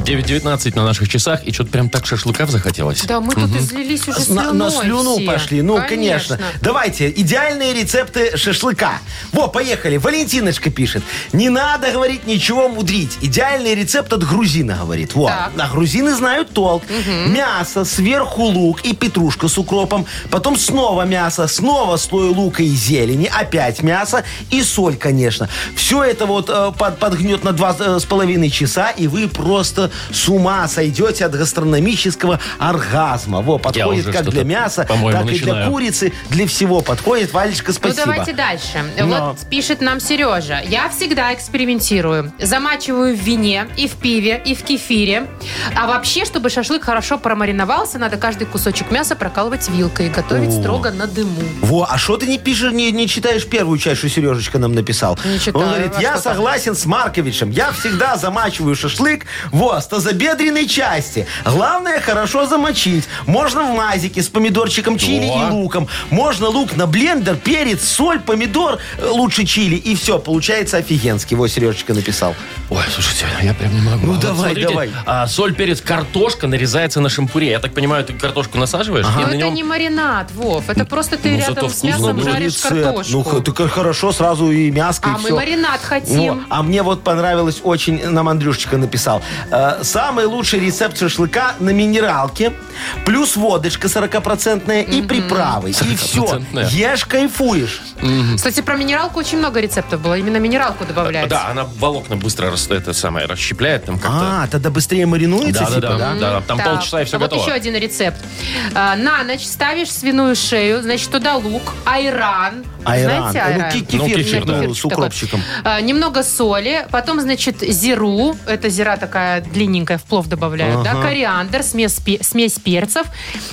Speaker 1: 9.19 на наших часах, и что-то прям так шашлыков захотелось.
Speaker 3: Да, мы тут излились уже
Speaker 2: На,
Speaker 3: слюной
Speaker 2: на слюну
Speaker 3: все.
Speaker 2: пошли. Ну, конечно. Давайте, идеальные рецепты шашлыка. Во, поехали. Валентиночка пишет. Не надо, говорит, ничего мудрить. Идеальный рецепт от грузина, говорит. Во,
Speaker 3: Так.
Speaker 2: а грузины знают толк. Мясо, сверху лук и петрушка с укропом. Потом снова мясо, снова слой лука и зелени. Опять мясо и соль, конечно. Все это вот э, под- подгнет на два э, с половиной часа, и вы просто с ума сойдете от гастрономического оргазма. Во, подходит
Speaker 1: уже
Speaker 2: как для
Speaker 1: что-то,
Speaker 2: мяса,
Speaker 1: по-моему,
Speaker 2: так и для
Speaker 1: начинаю.
Speaker 2: курицы, для всего подходит. Валечка,
Speaker 3: Ну,
Speaker 2: спасибо.
Speaker 3: давайте дальше.
Speaker 2: Но.
Speaker 3: Вот пишет нам Сережа. Я всегда экспериментирую. Замачиваю в вине, и в пиве, и в кефире. А вообще, чтобы шашлык хорошо промариновался, надо каждый кусочек мяса прокалывать вилкой и готовить строго на дыму.
Speaker 2: Во, а что ты не пишешь, не, не читаешь первую часть, что Сережечка нам написал?
Speaker 3: Не читаю,
Speaker 2: Он говорит,
Speaker 3: а
Speaker 2: я
Speaker 3: что там?
Speaker 2: согласен с Марковичем. Я всегда замачиваю шашлык во, с тазобедренной части. Главное, хорошо замочить. Можно в мазике с помидорчиком чили
Speaker 1: Во.
Speaker 2: и луком. Можно лук на блендер, перец, соль, помидор, э, лучше чили. И все, получается офигенски. Во, Сережечка написал.
Speaker 1: Ой, слушайте, я прям не могу.
Speaker 2: Ну,
Speaker 1: Вот
Speaker 2: давай,
Speaker 1: смотрите,
Speaker 2: давай.
Speaker 1: а, соль, перец, картошка нарезается на шампуре. Я так понимаю, ты картошку насаживаешь?
Speaker 3: Ну,
Speaker 1: и А на
Speaker 3: это
Speaker 1: нем-
Speaker 3: не маринад, Вов. Это просто ты
Speaker 1: ну, зато
Speaker 3: рядом с
Speaker 1: вкусно
Speaker 3: мясом
Speaker 1: было.
Speaker 3: жаришь
Speaker 2: Рецепт. Ну,
Speaker 3: картошку.
Speaker 2: х- так и хорошо, сразу и мяско,
Speaker 3: а
Speaker 2: и
Speaker 3: мы
Speaker 2: все.
Speaker 3: маринад
Speaker 2: Во,
Speaker 3: хотим.
Speaker 2: а мне вот понравилось очень, нам Андрюшечка написал, э, самый лучший рецепт шашлыка на минералке, плюс водочка 40-процентная и приправы. И все,
Speaker 1: 40%.
Speaker 2: ешь, кайфуешь.
Speaker 3: Кстати, про минералку очень много рецептов было. Именно минералку добавляют.
Speaker 1: Да, она волокна быстро рас- это самое расщепляет там как-то.
Speaker 2: А, тогда быстрее маринуется,
Speaker 1: Да, да,
Speaker 2: типа,
Speaker 1: да,
Speaker 2: да?
Speaker 1: да, там
Speaker 3: Так,
Speaker 1: полчаса и все
Speaker 3: а
Speaker 1: готово.
Speaker 3: Вот еще один рецепт. А, На ночь ставишь свиную шею, значит, туда лук, айран.
Speaker 2: Айран.
Speaker 3: Знаете,
Speaker 2: Ну,
Speaker 3: айран?
Speaker 2: ки-
Speaker 1: Ну,
Speaker 2: кефир,
Speaker 1: кефир,
Speaker 2: ну,
Speaker 1: да.
Speaker 2: с
Speaker 3: Кефирчик
Speaker 2: укропчиком.
Speaker 3: такой. А, Немного соли, потом, значит, зиру. Это зира такая длинненькая, в плов добавляют, да? Кориандр, смесь, пе- смесь перцев,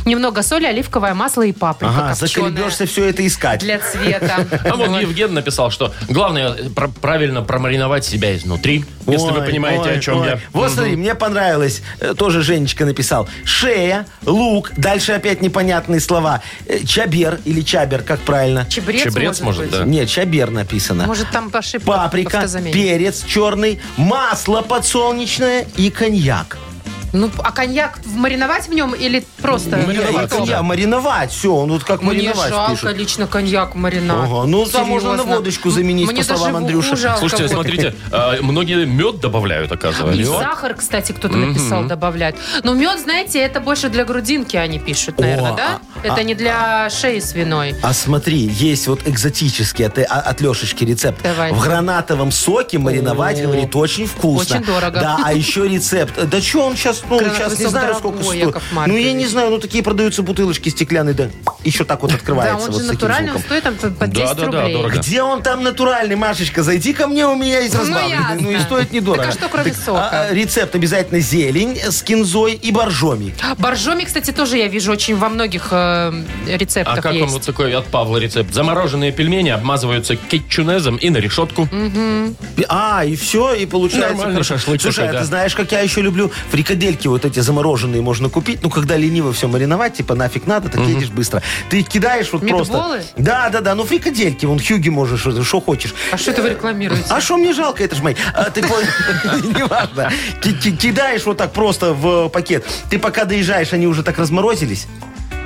Speaker 3: немного соли, оливковое масло и паприка
Speaker 2: Ага,
Speaker 3: копченая
Speaker 2: заколебешься все это искать.
Speaker 3: Для цвета.
Speaker 1: А вот Евген написал, что главное э, про- правильно промариновать себя изнутри, если вы
Speaker 2: Ой,
Speaker 1: понимаете,
Speaker 2: ой,
Speaker 1: о чем
Speaker 2: ой.
Speaker 1: я.
Speaker 2: Вот смотри, мне понравилось, э, тоже Женечка написал, шея, лук, дальше опять непонятные слова, Э, чабер или чабер, как правильно?
Speaker 3: Чебрец,
Speaker 1: Чебрец, может,
Speaker 3: быть.
Speaker 1: да.
Speaker 2: Нет, чабер написано.
Speaker 3: Может, там ошибка в
Speaker 2: паприка,
Speaker 3: автозамене.
Speaker 2: перец черный, масло подсолнечное и коньяк.
Speaker 3: Ну, а коньяк в- мариновать в нем или просто?
Speaker 1: Ну, мариновать,
Speaker 3: готово?
Speaker 1: да.
Speaker 2: коньяк, мариновать, все, он вот как
Speaker 3: Мне
Speaker 2: мариновать
Speaker 3: жалко
Speaker 2: пишет.
Speaker 3: лично коньяк в маринад.
Speaker 2: Ага, ну, там можно на
Speaker 3: Серьезно.
Speaker 2: водочку заменить,
Speaker 3: Мне
Speaker 2: по словам
Speaker 3: даже в уху
Speaker 2: Андрюши.
Speaker 3: жалко
Speaker 1: Слушайте,
Speaker 3: вот.
Speaker 1: смотрите, а, многие мед добавляют,
Speaker 3: И
Speaker 1: оказывается.
Speaker 3: сахар, кстати, кто-то написал, добавляет. Но мед, знаете, это больше для грудинки они пишут, наверное,
Speaker 2: О,
Speaker 3: да?
Speaker 2: а-
Speaker 3: это
Speaker 2: а-
Speaker 3: не для шеи свиной.
Speaker 2: А смотри, есть вот экзотический от, а, от Лешечки рецепт.
Speaker 3: Давайте.
Speaker 2: В гранатовом соке мариновать, говорит, очень вкусно.
Speaker 3: Очень дорого.
Speaker 2: Да, а еще рецепт. Да что он сейчас, ну,
Speaker 3: Гранатовый
Speaker 2: сейчас не
Speaker 3: сок
Speaker 2: знаю,
Speaker 3: дорогой,
Speaker 2: сколько стоит.
Speaker 3: Яков
Speaker 2: Ну, я не
Speaker 3: Маркович.
Speaker 2: знаю, ну, такие продаются бутылочки стеклянные, да, еще так вот
Speaker 3: Да,
Speaker 2: открывается.
Speaker 3: он
Speaker 2: вот с
Speaker 3: же
Speaker 2: таким
Speaker 3: натуральный, он
Speaker 2: звуком.
Speaker 3: стоит там по 200
Speaker 1: Да-да-да,
Speaker 3: рублей.
Speaker 1: дорого.
Speaker 2: Где он там натуральный, Машечка? Зайди ко мне, у меня есть
Speaker 3: Ну,
Speaker 2: разбавленный.
Speaker 3: ясно.
Speaker 2: Ну, и стоит недорого.
Speaker 3: Так а что, кроме сока?
Speaker 2: а, а, рецепт обязательно зелень с кинзой и боржоми.
Speaker 3: Боржоми, кстати, тоже я вижу очень во многих э, рецептах
Speaker 1: А как вам
Speaker 3: есть.
Speaker 1: вот такой от Павла рецепт? Замороженные пельмени обмазываются кетчунезом и на решетку.
Speaker 2: А, и все, и получается...
Speaker 1: Нормальный
Speaker 2: хорошо.
Speaker 1: шашлык
Speaker 2: Слушай,
Speaker 1: такой,
Speaker 2: а
Speaker 1: да.
Speaker 2: ты знаешь, как я еще люблю? Фрикадельки вот эти замороженные можно купить. Ну, когда лениво все мариновать, типа нафиг надо, так едешь быстро. Ты их кидаешь вот
Speaker 3: Митболы?
Speaker 2: просто... Да, да, да, ну фрикадельки, вон хюги можешь, что хочешь.
Speaker 3: А что это вы рекламируете?
Speaker 2: А что мне жалко, это ж мои. А, ты понял? Неважно. Ки- ки- Кидаешь вот так просто в пакет. Ты пока доезжаешь, они уже так разморозились.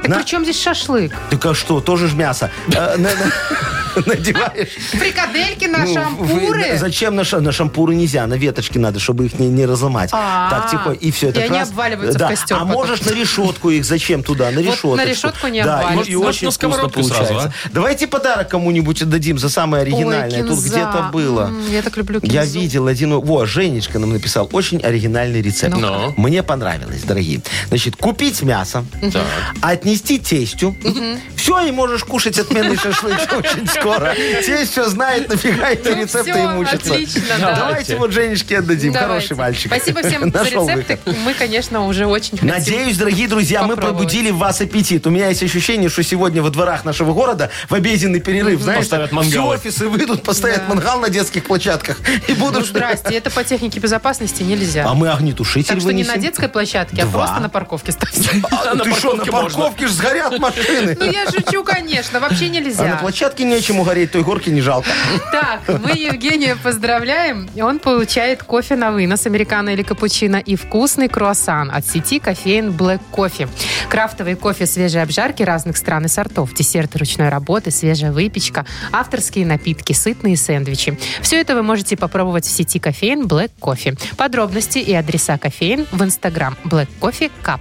Speaker 3: Так
Speaker 2: На-
Speaker 3: при чем здесь шашлык?
Speaker 2: Так а что, тоже ж мясо. Э, на- на- Надеваешь.
Speaker 3: Фрикадельки на
Speaker 2: Ну,
Speaker 3: шампуры?
Speaker 2: вы- зачем на, ша- на шампуры нельзя? На веточки надо, чтобы их не, не разломать.
Speaker 3: А.
Speaker 2: Так тихо. И все.
Speaker 3: И
Speaker 2: так
Speaker 3: они
Speaker 2: раз.
Speaker 3: обваливаются в
Speaker 2: Да.
Speaker 3: костер
Speaker 2: А
Speaker 3: потом.
Speaker 2: можешь на решетку их зачем туда? На
Speaker 3: на
Speaker 2: решетку.
Speaker 3: решетку не
Speaker 2: Да, А, и-
Speaker 3: обвалится.
Speaker 2: и,
Speaker 1: Может,
Speaker 2: очень
Speaker 1: на
Speaker 2: вкусно
Speaker 1: сковородку сразу, а?
Speaker 2: получается. Давайте подарок кому-нибудь отдадим за самое
Speaker 3: Ой,
Speaker 2: оригинальное. Тут
Speaker 3: кинза.
Speaker 2: где-то было.
Speaker 3: М, Я так люблю кинзу.
Speaker 2: Я видел один... Во, Женечка нам написал. Очень оригинальный рецепт.
Speaker 3: Ну.
Speaker 1: Ну-ка.
Speaker 2: Мне понравилось, дорогие. Значит, купить мясо,
Speaker 1: Так.
Speaker 2: отнести тестю. Все, и можешь кушать отменный шашлык очень скоро. Тесть все знает, нафига эти
Speaker 3: Ну,
Speaker 2: рецепты
Speaker 3: всё,
Speaker 2: и мучится.
Speaker 3: отлично, да.
Speaker 2: Давайте вот Женечке отдадим.
Speaker 3: Давайте.
Speaker 2: Хороший мальчик.
Speaker 3: Спасибо всем за
Speaker 2: Нашел
Speaker 3: рецепты. Мы, конечно, уже очень хотим.
Speaker 2: Надеюсь, дорогие друзья, мы
Speaker 3: Попробовать.
Speaker 2: пробудили в вас аппетит. У меня есть ощущение, что сегодня во дворах нашего города в обеденный перерыв, знаешь,
Speaker 1: Поставят
Speaker 2: так все
Speaker 1: мангалы.
Speaker 2: офисы выйдут, поставят
Speaker 3: Да.
Speaker 2: мангал на детских площадках и
Speaker 3: Ну,
Speaker 2: будут...
Speaker 3: здрасте, это по технике безопасности нельзя.
Speaker 2: А мы огнетушитель
Speaker 3: так что не на
Speaker 2: вынесем.
Speaker 3: детской площадке, а
Speaker 2: Два.
Speaker 3: просто на парковке ставьте.
Speaker 2: А,
Speaker 1: на
Speaker 2: ты что, на
Speaker 1: парковке можно.
Speaker 2: парковке ж сгорят машины.
Speaker 3: Ну, я шучу, конечно, вообще
Speaker 2: А на
Speaker 3: нельзя.
Speaker 2: площадке нечему гореть, той горки не жалко.
Speaker 3: Так, мы Евгения поздравляем. Он получает кофе на вынос, американо или капучино, и вкусный круассан от сети кофеин Black Coffee. Крафтовый кофе свежей обжарки разных стран и сортов, десерты ручной работы, свежая выпечка, авторские напитки, сытные сэндвичи. Все это вы можете попробовать в сети кофеин Black Coffee. Подробности и адреса кофеин в инстаграм Black Coffee Cup.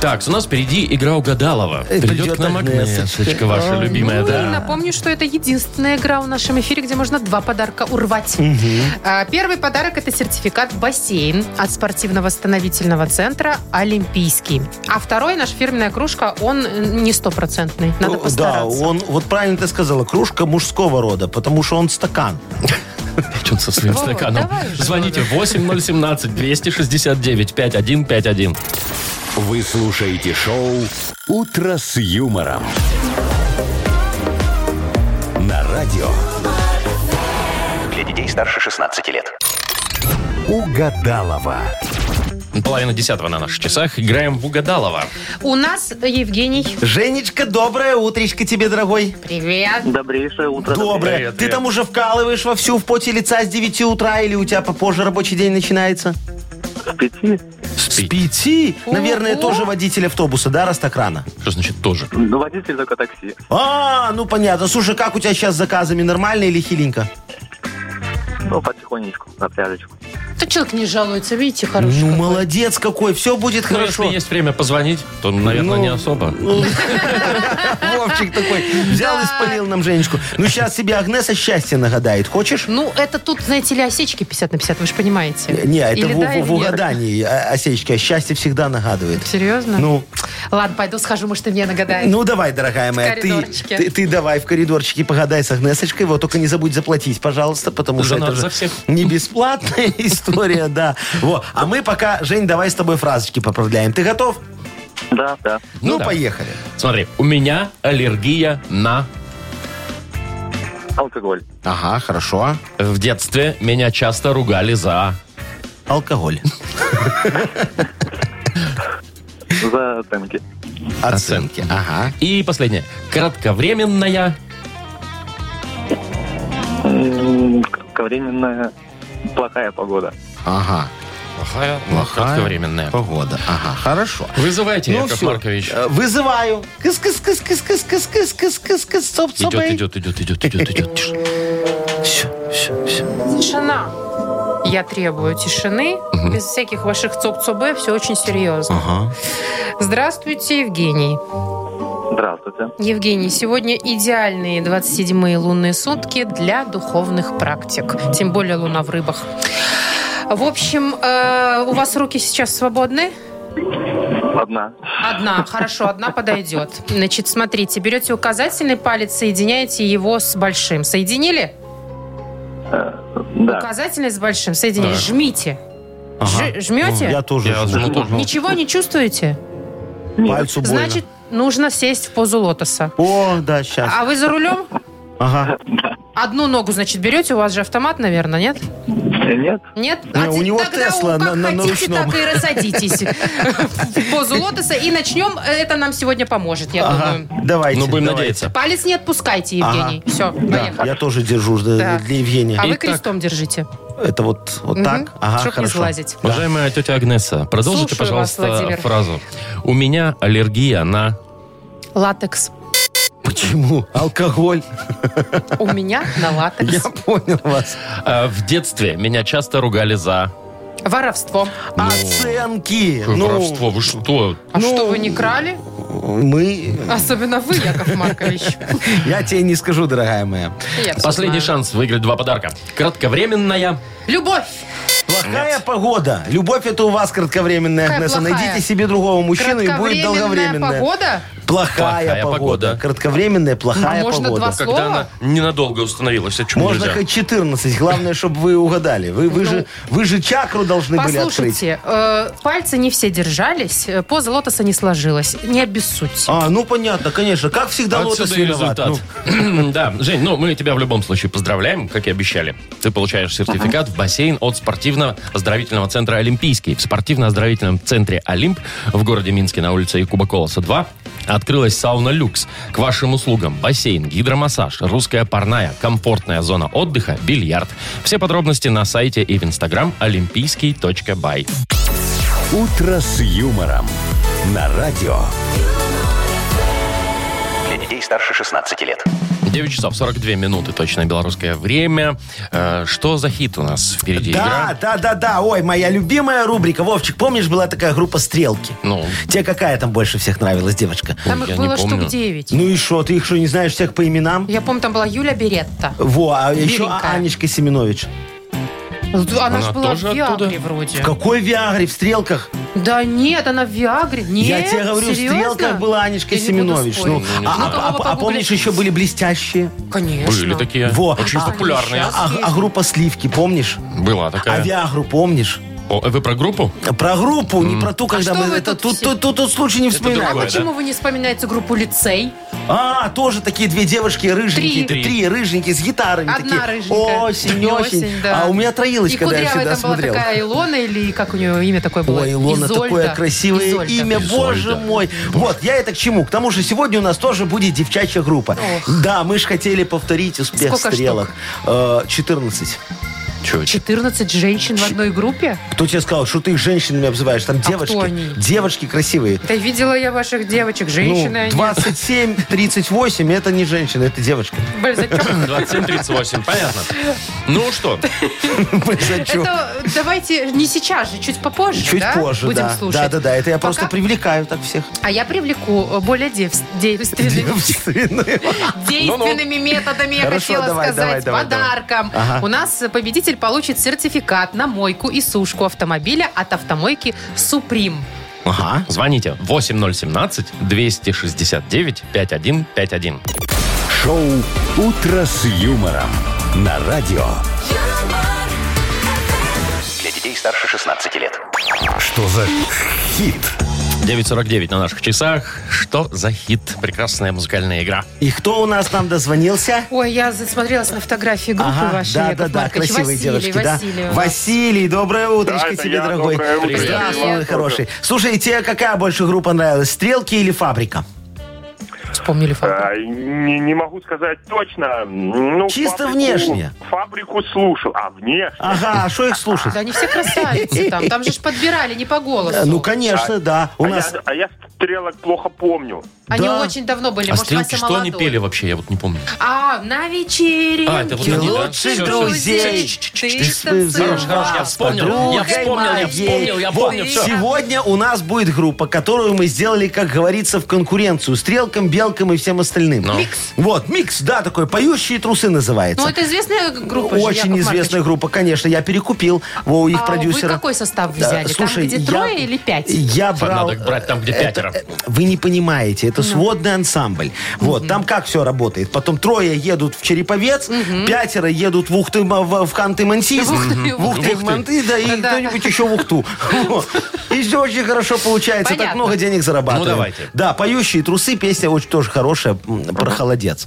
Speaker 1: Так, у нас впереди игра угадалова.
Speaker 2: Э,
Speaker 1: Придет,
Speaker 2: придет
Speaker 1: к нам
Speaker 2: Агнесочка.
Speaker 1: Агнесочка, ваша
Speaker 2: Ой,
Speaker 1: любимая,
Speaker 3: Ну и
Speaker 1: да.
Speaker 3: напомню, что это единственная игра в нашем эфире, где можно два подарка урвать. А, Первый подарок это сертификат в бассейн от спортивно-восстановительного центра Олимпийский. А второй наш фирменная кружка, он э, не стопроцентный.
Speaker 2: О,
Speaker 3: Надо
Speaker 2: Да,
Speaker 3: постараться.
Speaker 2: он, вот правильно ты сказала, кружка мужского рода, потому что он стакан.
Speaker 1: Что он со своим
Speaker 3: Вова,
Speaker 1: стаканом?
Speaker 3: давай уже,
Speaker 1: Звоните 8017-269-5151.
Speaker 4: Вы слушаете шоу «Утро с юмором». На радио
Speaker 6: Для детей старше 16 лет.
Speaker 4: «Угадалова».
Speaker 1: Половина десятого на наших часах. Играем в угадалова.
Speaker 3: У нас Евгений.
Speaker 2: Женечка, доброе утречко тебе, дорогой.
Speaker 3: Привет.
Speaker 7: Добрейшее утро.
Speaker 2: Доброе.
Speaker 1: Привет,
Speaker 2: Ты
Speaker 1: привет.
Speaker 2: там уже вкалываешь вовсю в поте лица с 9 утра или у тебя попозже рабочий день начинается?
Speaker 7: С пяти?
Speaker 2: С 5? Наверное,
Speaker 3: Ого.
Speaker 2: тоже водитель автобуса, да, раз так рано?
Speaker 1: Что значит тоже?
Speaker 7: Ну, водитель только такси.
Speaker 2: А, ну понятно. Слушай, как у тебя сейчас с заказами? Нормально или хиленько?
Speaker 7: Ну, потихонечку, на пляжечку.
Speaker 3: Ты человек не жалуется, видите, хороший.
Speaker 2: Ну,
Speaker 3: какой.
Speaker 2: молодец какой. Все будет
Speaker 1: Ну,
Speaker 2: хорошо.
Speaker 1: если есть время позвонить, то, наверное,
Speaker 2: Ну,
Speaker 1: не особо.
Speaker 2: Вовчик такой взял и спалил нам Женечку. Ну, сейчас себе Агнеса счастье нагадает. Хочешь?
Speaker 3: Ну, это тут, знаете ли, осечки 50 на 50, вы же понимаете.
Speaker 2: Не, это
Speaker 3: Или
Speaker 2: в,
Speaker 3: да,
Speaker 2: в-
Speaker 3: или
Speaker 2: в
Speaker 3: нет.
Speaker 2: угадании а, осечки. А счастье всегда нагадывает.
Speaker 3: Серьезно?
Speaker 2: Ну,
Speaker 3: Ладно, пойду схожу, может, и мне нагадает.
Speaker 2: ну давай, дорогая моя, ты,
Speaker 3: коридорчике.
Speaker 2: ты, ты давай в коридорчике погадай с Агнесочкой, вот только не забудь заплатить, пожалуйста, потому что
Speaker 1: Жена
Speaker 2: это
Speaker 1: за
Speaker 2: же
Speaker 1: всех.
Speaker 2: не бесплатная история, да. Во. А мы пока, Жень, давай с тобой фразочки поправляем. Ты готов?
Speaker 7: Да, да.
Speaker 1: Ну,
Speaker 2: Ну,
Speaker 1: да.
Speaker 2: поехали.
Speaker 1: Смотри, у меня аллергия на...
Speaker 7: Алкоголь.
Speaker 2: Ага, хорошо.
Speaker 1: э, В детстве меня часто ругали за...
Speaker 2: Алкоголь.
Speaker 7: За оценки.
Speaker 2: Оценки. Ага.
Speaker 1: И последнее. Кратковременная...
Speaker 7: М, Кратковременная плохая погода.
Speaker 2: Ага.
Speaker 1: Плохая, ну,
Speaker 2: Плохая
Speaker 1: кратковременная.
Speaker 2: Погода. Ага, хорошо.
Speaker 1: Вызывайте,
Speaker 2: Ну,
Speaker 1: Яков
Speaker 2: всё.
Speaker 1: Маркович.
Speaker 2: Э, Вызываю. кыс кыс кыс кыс кыс кыс кыс кыс кыс кыс стоп, стоп, эй.
Speaker 1: Идет, идет, идет, идет, идет, идет. Тш.
Speaker 2: Всё, всё, всё.
Speaker 3: Тишина. Я требую тишины, без всяких ваших цок-цобе, все очень серьезно.
Speaker 2: Ага.
Speaker 3: Здравствуйте, Евгений.
Speaker 7: Здравствуйте.
Speaker 3: Евгений, сегодня идеальные 27-е лунные сутки для духовных практик. Тем более луна в рыбах. В общем, э, у вас руки сейчас свободны?
Speaker 7: Одна.
Speaker 3: Одна, хорошо, одна подойдет. Значит, смотрите, берете указательный палец, соединяете его с большим. Соединили?
Speaker 7: Э, Да.
Speaker 3: Указательный с большим, соединили.
Speaker 1: Так.
Speaker 3: Жмите.
Speaker 2: Ага.
Speaker 3: Ж- жмете?
Speaker 2: Ну, Я тоже.
Speaker 1: Я
Speaker 2: жму.
Speaker 1: жму тоже. ну,
Speaker 3: Ничего не чувствуете?
Speaker 2: Пальцу больно.
Speaker 3: Значит, нужно сесть в позу лотоса.
Speaker 2: О, да, сейчас.
Speaker 3: А вы за рулем?
Speaker 2: Ага.
Speaker 3: Одну ногу, значит, берете, у вас же автомат, наверное, нет?
Speaker 7: Нет?
Speaker 3: Нет? А
Speaker 2: Не, Э, у
Speaker 3: те-
Speaker 2: него
Speaker 3: тогда
Speaker 2: Тесла
Speaker 3: у- как
Speaker 2: на- на
Speaker 3: хотите,
Speaker 2: научном.
Speaker 3: так и рассадитесь в позу лотоса. И начнем. э, Это нам сегодня поможет, я
Speaker 2: Ага,
Speaker 3: думаю.
Speaker 2: давайте.
Speaker 1: Ну, будем
Speaker 2: давайте.
Speaker 1: надеяться.
Speaker 3: Палец не отпускайте, Евгений. Все,
Speaker 2: Да, я
Speaker 3: поехали.
Speaker 2: тоже держу ж для
Speaker 3: Так.
Speaker 2: для Евгения.
Speaker 3: А вы
Speaker 1: Итак.
Speaker 3: крестом держите.
Speaker 2: Это вот, вот так? Ага,
Speaker 3: Чтобы не
Speaker 2: хорошо.
Speaker 3: слазить.
Speaker 1: Уважаемая тетя Агнеса, продолжите,
Speaker 3: Слушаю вас,
Speaker 1: пожалуйста,
Speaker 3: Владимир.
Speaker 1: фразу. У меня аллергия на...
Speaker 3: Латекс.
Speaker 2: Почему? Алкоголь.
Speaker 3: У меня
Speaker 2: Я
Speaker 3: на латекс.
Speaker 2: понял вас.
Speaker 1: Э, в детстве меня часто ругали за...
Speaker 3: Воровство.
Speaker 2: Оценки.
Speaker 1: Ну. Какое
Speaker 2: Ну,
Speaker 1: Воровство, вы что?
Speaker 3: А что, вы не крали?
Speaker 2: мы...
Speaker 3: Особенно вы, Яков Маркович.
Speaker 2: Я тебе не скажу, дорогая моя.
Speaker 3: Я всё
Speaker 1: Последний
Speaker 3: знаю.
Speaker 1: шанс выиграть два подарка. Кратковременная...
Speaker 3: Любовь.
Speaker 2: Плохая погода. Любовь это у вас кратковременная,
Speaker 3: Какая
Speaker 2: Агнеса.
Speaker 3: плохая?
Speaker 2: Найдите себе другого мужчину и будет
Speaker 3: Кратковременная
Speaker 2: долговременная.
Speaker 3: погода?
Speaker 2: Плохая,
Speaker 1: Плохая
Speaker 2: погода.
Speaker 1: погода.
Speaker 2: Кратковременная плохая
Speaker 3: А можно
Speaker 2: погода.
Speaker 3: два
Speaker 1: Когда
Speaker 3: Слово?
Speaker 1: она ненадолго установилась, а чему
Speaker 2: Можно
Speaker 1: нельзя?
Speaker 2: хоть 14, главное, чтобы вы угадали. Вы, вы, же,
Speaker 1: Ну,
Speaker 2: вы же чакру должны Ну были открыть.
Speaker 3: Послушайте, э, пальцы не все держались, э, поза лотоса не сложилась. Не обессудьте.
Speaker 2: А, ну понятно, конечно. Как всегда, лотос
Speaker 1: Отсюда и
Speaker 2: виноват.
Speaker 1: результат.
Speaker 2: Ну,
Speaker 1: да, Жень, ну мы тебя в любом случае поздравляем, как и обещали. Ты получаешь сертификат в бассейн от спортивно-оздоровительного центра «Олимпийский». В спортивно-оздоровительном центре «Олимп» в городе Минске на улице Якуба Колоса 2 открылась сауна «Люкс». К вашим услугам бассейн, гидромассаж, русская парная, комфортная зона отдыха, бильярд. Все подробности на сайте и в инстаграм олимпийский.бай.
Speaker 4: «Утро с юмором» на радио.
Speaker 6: Для детей старше 16 лет.
Speaker 1: 9 часов 42 минуты, точное белорусское время. Э, Что за хит у нас впереди?
Speaker 2: Да,
Speaker 1: Игра?
Speaker 2: да, да, да. Ой, моя любимая рубрика. Вовчик, помнишь, была такая группа «Стрелки»?
Speaker 1: Ну,
Speaker 2: Тебе какая там больше всех нравилась, девочка?
Speaker 3: Там
Speaker 1: Ой,
Speaker 3: их
Speaker 1: я не
Speaker 3: было штук
Speaker 1: помню.
Speaker 3: 9.
Speaker 2: Ну и что, ты их что, не знаешь всех по именам?
Speaker 3: Я помню, там была Юля Беретта.
Speaker 2: Во, а еще
Speaker 3: Беленькая.
Speaker 2: Анечка Семенович.
Speaker 3: Она, же
Speaker 1: Она
Speaker 3: была в
Speaker 1: тоже
Speaker 3: Виагре
Speaker 1: оттуда?
Speaker 3: вроде.
Speaker 2: В какой Виагре? В «Стрелках»?
Speaker 3: Да нет, она в Виагре. Нет,
Speaker 2: Я тебе говорю, в
Speaker 3: серьезно?
Speaker 2: «Стрелках» была Анечка
Speaker 3: Я не буду
Speaker 2: Семенович. Ну,
Speaker 3: спорить.
Speaker 2: а- а-
Speaker 3: Ну-ка,
Speaker 2: а-
Speaker 3: Вова,
Speaker 2: а помнишь,
Speaker 3: погугли.
Speaker 2: еще были «Блестящие»?
Speaker 3: Конечно.
Speaker 1: Были такие.
Speaker 2: Во.
Speaker 1: Очень
Speaker 2: А,
Speaker 1: популярные.
Speaker 3: сейчас.
Speaker 2: А, а группа «Сливки», помнишь?
Speaker 1: Была
Speaker 2: А
Speaker 1: такая.
Speaker 2: «Виагру» помнишь?
Speaker 1: О, вы про группу?
Speaker 2: Про группу, не про ту, когда
Speaker 3: А что
Speaker 2: мы...
Speaker 3: вы
Speaker 2: это,
Speaker 3: тут
Speaker 2: тут,
Speaker 3: все?
Speaker 2: тут, тут, тут случай не
Speaker 3: А
Speaker 2: вспоминал.
Speaker 1: другое.
Speaker 3: почему вы не вспоминаете группу лицей?
Speaker 2: А, тоже такие две девушки рыженькие.
Speaker 1: Три.
Speaker 2: Три, рыженькие с гитарами.
Speaker 3: Одна
Speaker 2: такие.
Speaker 3: рыженькая.
Speaker 2: Осень, осень.
Speaker 3: да.
Speaker 2: А у меня троилась,
Speaker 3: И
Speaker 2: когда я
Speaker 3: кудрявая
Speaker 2: всегда
Speaker 3: там была
Speaker 2: смотрел.
Speaker 3: такая Илона, или как у нее имя такое было?
Speaker 2: Ой, Илона,
Speaker 3: Изольда.
Speaker 2: такое красивое
Speaker 3: Изольда.
Speaker 2: имя,
Speaker 1: Изольда.
Speaker 2: боже мой. Вот, я это к чему? К тому, что сегодня у нас тоже будет девчачья группа. Да, мы же хотели повторить успех
Speaker 3: Сколько
Speaker 2: стрелок. Э, 14.
Speaker 1: Чё,
Speaker 3: 14 женщин в одной группе?
Speaker 2: Кто тебе сказал, что ты их женщинами обзываешь? Там девочки.
Speaker 3: А кто они?
Speaker 2: Девочки красивые.
Speaker 3: Да видела я ваших девочек, женщины
Speaker 2: ну,
Speaker 3: они.
Speaker 2: 27, 38, это не женщина, это девочка.
Speaker 3: Бальзачок.
Speaker 1: 27-38, понятно. Ну что,
Speaker 2: Бальзачок.
Speaker 3: Это давайте не сейчас же, чуть попозже,
Speaker 2: Чуть
Speaker 3: да?
Speaker 2: позже,
Speaker 3: Будем
Speaker 2: да.
Speaker 3: слушать.
Speaker 2: Да, да, да. Это я
Speaker 3: Пока-
Speaker 2: просто привлекаю так всех.
Speaker 3: А я привлеку э, более девс- девственными-
Speaker 2: Девственные.
Speaker 3: действенными методами, я
Speaker 2: Хорошо,
Speaker 3: хотела
Speaker 2: давай,
Speaker 3: сказать,
Speaker 2: давай, давай,
Speaker 3: подарком.
Speaker 2: давай. Ага.
Speaker 3: У нас победитель получит сертификат на мойку и сушку автомобиля от автомойки «Суприм».
Speaker 2: Ага.
Speaker 1: звоните 8017-269-5151.
Speaker 4: Шоу «Утро с юмором» на радио.
Speaker 5: юмор,
Speaker 6: Для детей старше 16 лет.
Speaker 4: Что за хит?
Speaker 1: 9.49 на наших часах. Что за хит? Прекрасная музыкальная игра.
Speaker 2: И кто у нас нам дозвонился?
Speaker 3: Ой, я засмотрелась на фотографии группы вашей,
Speaker 2: да,
Speaker 3: Яков
Speaker 2: да, да,
Speaker 3: Маркович.
Speaker 2: красивые
Speaker 3: Василий,
Speaker 2: девушки,
Speaker 3: Василий у
Speaker 2: да.
Speaker 3: нас.
Speaker 2: Василий, доброе утречко
Speaker 7: это
Speaker 2: тебе,
Speaker 7: я,
Speaker 2: дорогой.
Speaker 7: доброе утро.
Speaker 1: Привет.
Speaker 2: Здравствуй, мой
Speaker 3: Привет.
Speaker 2: хороший. Слушай, тебе какая больше группа нравилась, «Стрелки» или «Фабрика»?
Speaker 3: Вспомнили факт.
Speaker 7: А, не, не могу сказать точно. Ну,
Speaker 2: Чисто внешне.
Speaker 7: Фабрику слушал. А, внешне?
Speaker 2: Ага, а что их слушать?
Speaker 3: Да они все красавицы там. Там же ж подбирали не по голосу.
Speaker 2: Э, Ну, конечно, да. У
Speaker 7: а,
Speaker 2: нас...
Speaker 7: я, а я стрелок плохо помню.
Speaker 3: Они
Speaker 2: да.
Speaker 3: очень давно были.
Speaker 1: а
Speaker 3: Может,
Speaker 1: стрелки
Speaker 3: Вася
Speaker 1: что
Speaker 3: молодой.
Speaker 1: они пели вообще? Я вот не помню.
Speaker 3: А, на вечеринке.
Speaker 1: А, это вот они, да?
Speaker 2: лучших
Speaker 1: Всё, всё, всё.
Speaker 2: друзей.
Speaker 3: Ты
Speaker 2: Ты
Speaker 3: станцевал.
Speaker 1: Хорош, хорош, я вспомнил. Я
Speaker 2: Подругой
Speaker 1: вспомнил, я
Speaker 2: моей.
Speaker 1: вспомнил, я
Speaker 2: Вот,
Speaker 1: помню. Все.
Speaker 2: Сегодня у нас будет группа, которую мы сделали, как говорится, в конкуренцию. Стрелкам, белкам и всем остальным.
Speaker 3: Микс.
Speaker 2: Вот, микс, да, такой. Поющие трусы называется.
Speaker 3: Ну, это известная группа же,
Speaker 2: Очень
Speaker 3: Яков
Speaker 2: известная
Speaker 3: Маркович.
Speaker 2: группа, конечно. Я перекупил во, у их
Speaker 3: А
Speaker 2: продюсера.
Speaker 3: вы какой состав
Speaker 2: Да,
Speaker 3: взяли?
Speaker 2: слушай,
Speaker 3: Там где
Speaker 2: я-
Speaker 3: трое или пять?
Speaker 2: Я брал...
Speaker 1: Надо брать там, где
Speaker 2: Это-
Speaker 1: пятеро.
Speaker 2: э, Вы не понимаете, это
Speaker 3: Ну.
Speaker 2: сводный ансамбль. Вот, там как все работает. Потом трое едут в Череповец, пятеро едут в Ухты, в, в Канты-Мансийск,
Speaker 3: В Ухты,
Speaker 2: в
Speaker 3: в Ухты.
Speaker 2: Ухты, в Манты, да, и
Speaker 3: Да.
Speaker 2: кто-нибудь еще в Ухту. Вот. И все очень хорошо получается, так
Speaker 3: Понятно.
Speaker 2: много денег зарабатываем.
Speaker 1: Ну, давайте.
Speaker 2: Да, «Поющие трусы», песня очень тоже хорошая, м, про холодец.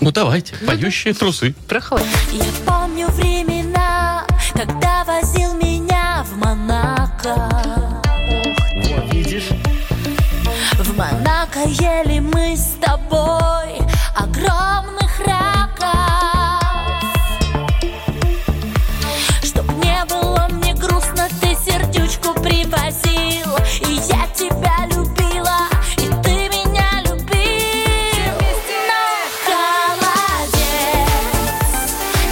Speaker 1: Ну давайте, поющие трусы.
Speaker 3: Проходит.
Speaker 5: Я помню времена, когда возил меня в Монако.
Speaker 2: Вот, видишь?
Speaker 5: В Монако ели мы с тобой огромных раков. Чтоб не было мне грустно, ты сердючку привозил. И я тебя любила, и ты меня любил. Но холодец,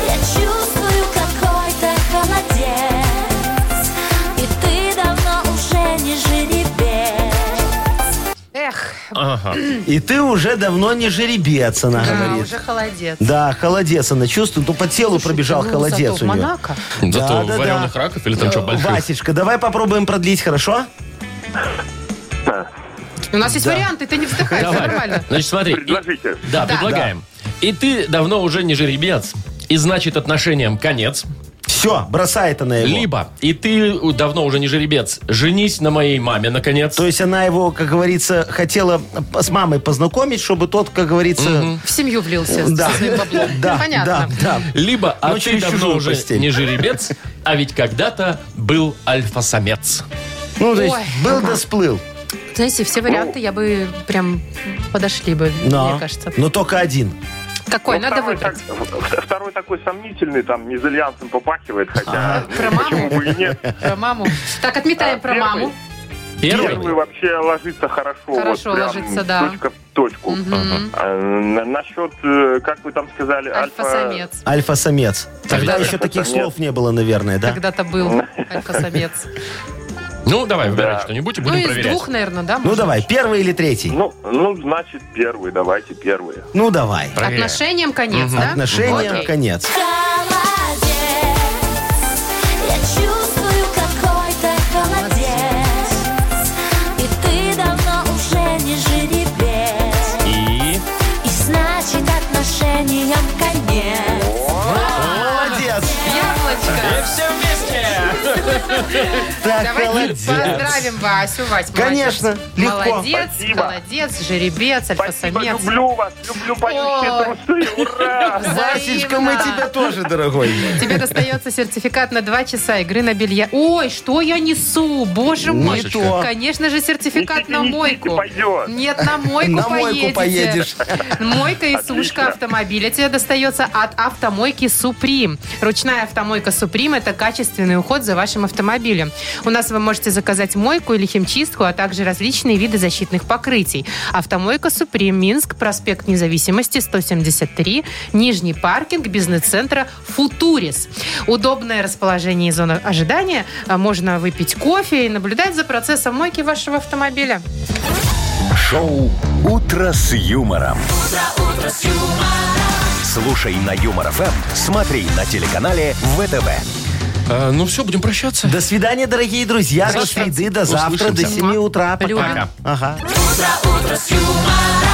Speaker 5: я чувствую какой-то холодец. И ты давно уже не жеребец.
Speaker 3: Эх,
Speaker 1: Ага.
Speaker 2: И ты уже давно не жеребец, она
Speaker 3: да,
Speaker 2: говорит.
Speaker 3: уже холодец.
Speaker 2: Да, холодец она чувствует. Ну, по телу пробежал
Speaker 3: Ну,
Speaker 2: холодец
Speaker 3: зато в
Speaker 2: у нее.
Speaker 3: Монако.
Speaker 1: Зато
Speaker 2: да, Э, да.
Speaker 1: вареных раков или там что, больших?
Speaker 2: Васечка, давай попробуем продлить, хорошо?
Speaker 3: У нас есть варианты, ты не вздыхай, все нормально.
Speaker 1: Значит, смотри. и-
Speaker 7: Предложите.
Speaker 1: Да, предлагаем. И ты давно уже не жеребец. И значит, отношениям конец.
Speaker 2: Все, бросает она его.
Speaker 1: Либо и ты у- давно уже не жеребец. Женись на моей маме, наконец.
Speaker 2: То есть она его, как говорится, хотела с мамой познакомить, чтобы тот, как говорится...
Speaker 3: В семью влился
Speaker 2: Да,
Speaker 3: со своим баблом.
Speaker 2: да,
Speaker 3: Понятно.
Speaker 2: да, да.
Speaker 1: Либо, а
Speaker 2: Ну,
Speaker 1: ты
Speaker 2: через
Speaker 1: давно
Speaker 2: чужую
Speaker 1: уже
Speaker 2: постель.
Speaker 1: не жеребец, а ведь когда-то был альфа-самец.
Speaker 2: Ну, то есть
Speaker 3: Ой.
Speaker 2: был да сплыл.
Speaker 3: Знаете, все варианты я бы прям подошли бы,
Speaker 2: Но,
Speaker 3: мне кажется.
Speaker 2: но только один.
Speaker 3: Какой?
Speaker 7: Ну,
Speaker 3: Надо
Speaker 7: второй
Speaker 3: выбрать.
Speaker 7: так- в- в- второй такой сомнительный, там, мезальянсом попахивает, хотя... ну,
Speaker 3: Про маму?
Speaker 7: Почему бы и нет?
Speaker 3: Про маму. Так, отметаем
Speaker 7: А,
Speaker 3: про
Speaker 7: первый?
Speaker 3: маму.
Speaker 7: Первый
Speaker 1: Первый?
Speaker 7: вообще ложится хорошо.
Speaker 3: Хорошо
Speaker 7: вот прям
Speaker 3: ложится, да.
Speaker 7: Точка в точку.
Speaker 3: Мгм.
Speaker 7: А, на- насчет, э, как вы там сказали, альфа...
Speaker 3: Альфа-самец.
Speaker 2: Альфа-самец. Тогда
Speaker 1: ведь
Speaker 2: еще таких
Speaker 7: альфа-самец.
Speaker 2: слов не было, наверное, да?
Speaker 3: Когда-то был альфа-самец.
Speaker 1: Ну, давай, выбирай
Speaker 7: Да.
Speaker 1: что-нибудь и
Speaker 3: Ну,
Speaker 1: будем
Speaker 3: из
Speaker 1: проверять.
Speaker 3: двух, наверное, да?
Speaker 2: Ну,
Speaker 3: можно?
Speaker 2: давай, первый или третий?
Speaker 7: Ну, ну, значит, первый, давайте первый.
Speaker 2: Ну, давай.
Speaker 1: Проверяем.
Speaker 3: Отношениям конец, да?
Speaker 2: Отношениям
Speaker 3: Окей.
Speaker 2: конец.
Speaker 5: Холодец, я чувствую какой-то холодец, и ты давно уже не жеребец,
Speaker 1: И...
Speaker 5: и значит отношениям конец.
Speaker 2: Молодец.
Speaker 3: Яблочко.
Speaker 1: все вместе!
Speaker 2: Так,
Speaker 3: Давайте
Speaker 2: молодец.
Speaker 3: поздравим Васю. Вась, молодец.
Speaker 2: Конечно, легко.
Speaker 3: Молодец,
Speaker 7: Спасибо.
Speaker 3: молодец, жеребец,
Speaker 7: Спасибо,
Speaker 3: альфа-самец.
Speaker 7: люблю вас, люблю
Speaker 3: Ой.
Speaker 7: поющие трусы, ура!
Speaker 2: Васечка, мы
Speaker 3: Взаимно.
Speaker 2: тебя тоже, дорогой.
Speaker 3: Тебе достается сертификат на 2 часа игры на бильярд. Ой, что я несу? Боже мой.
Speaker 1: Не
Speaker 2: то.
Speaker 3: Конечно же, сертификат
Speaker 7: Несите,
Speaker 3: на
Speaker 7: несите,
Speaker 3: мойку.
Speaker 7: пойдет.
Speaker 3: Нет, на мойку
Speaker 2: На мойку
Speaker 3: поедете.
Speaker 2: поедешь.
Speaker 3: Мойка и
Speaker 7: Отлично.
Speaker 3: сушка автомобиля тебе достается от автомойки Суприм. Ручная автомойка Суприм – это качественный уход за вашим автомобилем. У нас вы можете заказать мойку или химчистку, а также различные виды защитных покрытий. Автомойка Суприм, Минск, проспект Независимости, 173, Нижний паркинг бизнес-центра Футурис. Удобное расположение и зона ожидания. А Можно выпить кофе и наблюдать за процессом мойки вашего автомобиля.
Speaker 4: Шоу «Утро с юмором». Слушай на Юмор ФМ, смотри на телеканале Эм. ВТВ.
Speaker 1: Э, Ну все, будем прощаться.
Speaker 2: До свидания, дорогие друзья. До
Speaker 1: Завтра.
Speaker 2: среды, до завтра, до
Speaker 1: Услышимся.
Speaker 2: 7 утра. Пока.
Speaker 3: Любим.
Speaker 2: Ага.
Speaker 5: Утро, утро с юмором.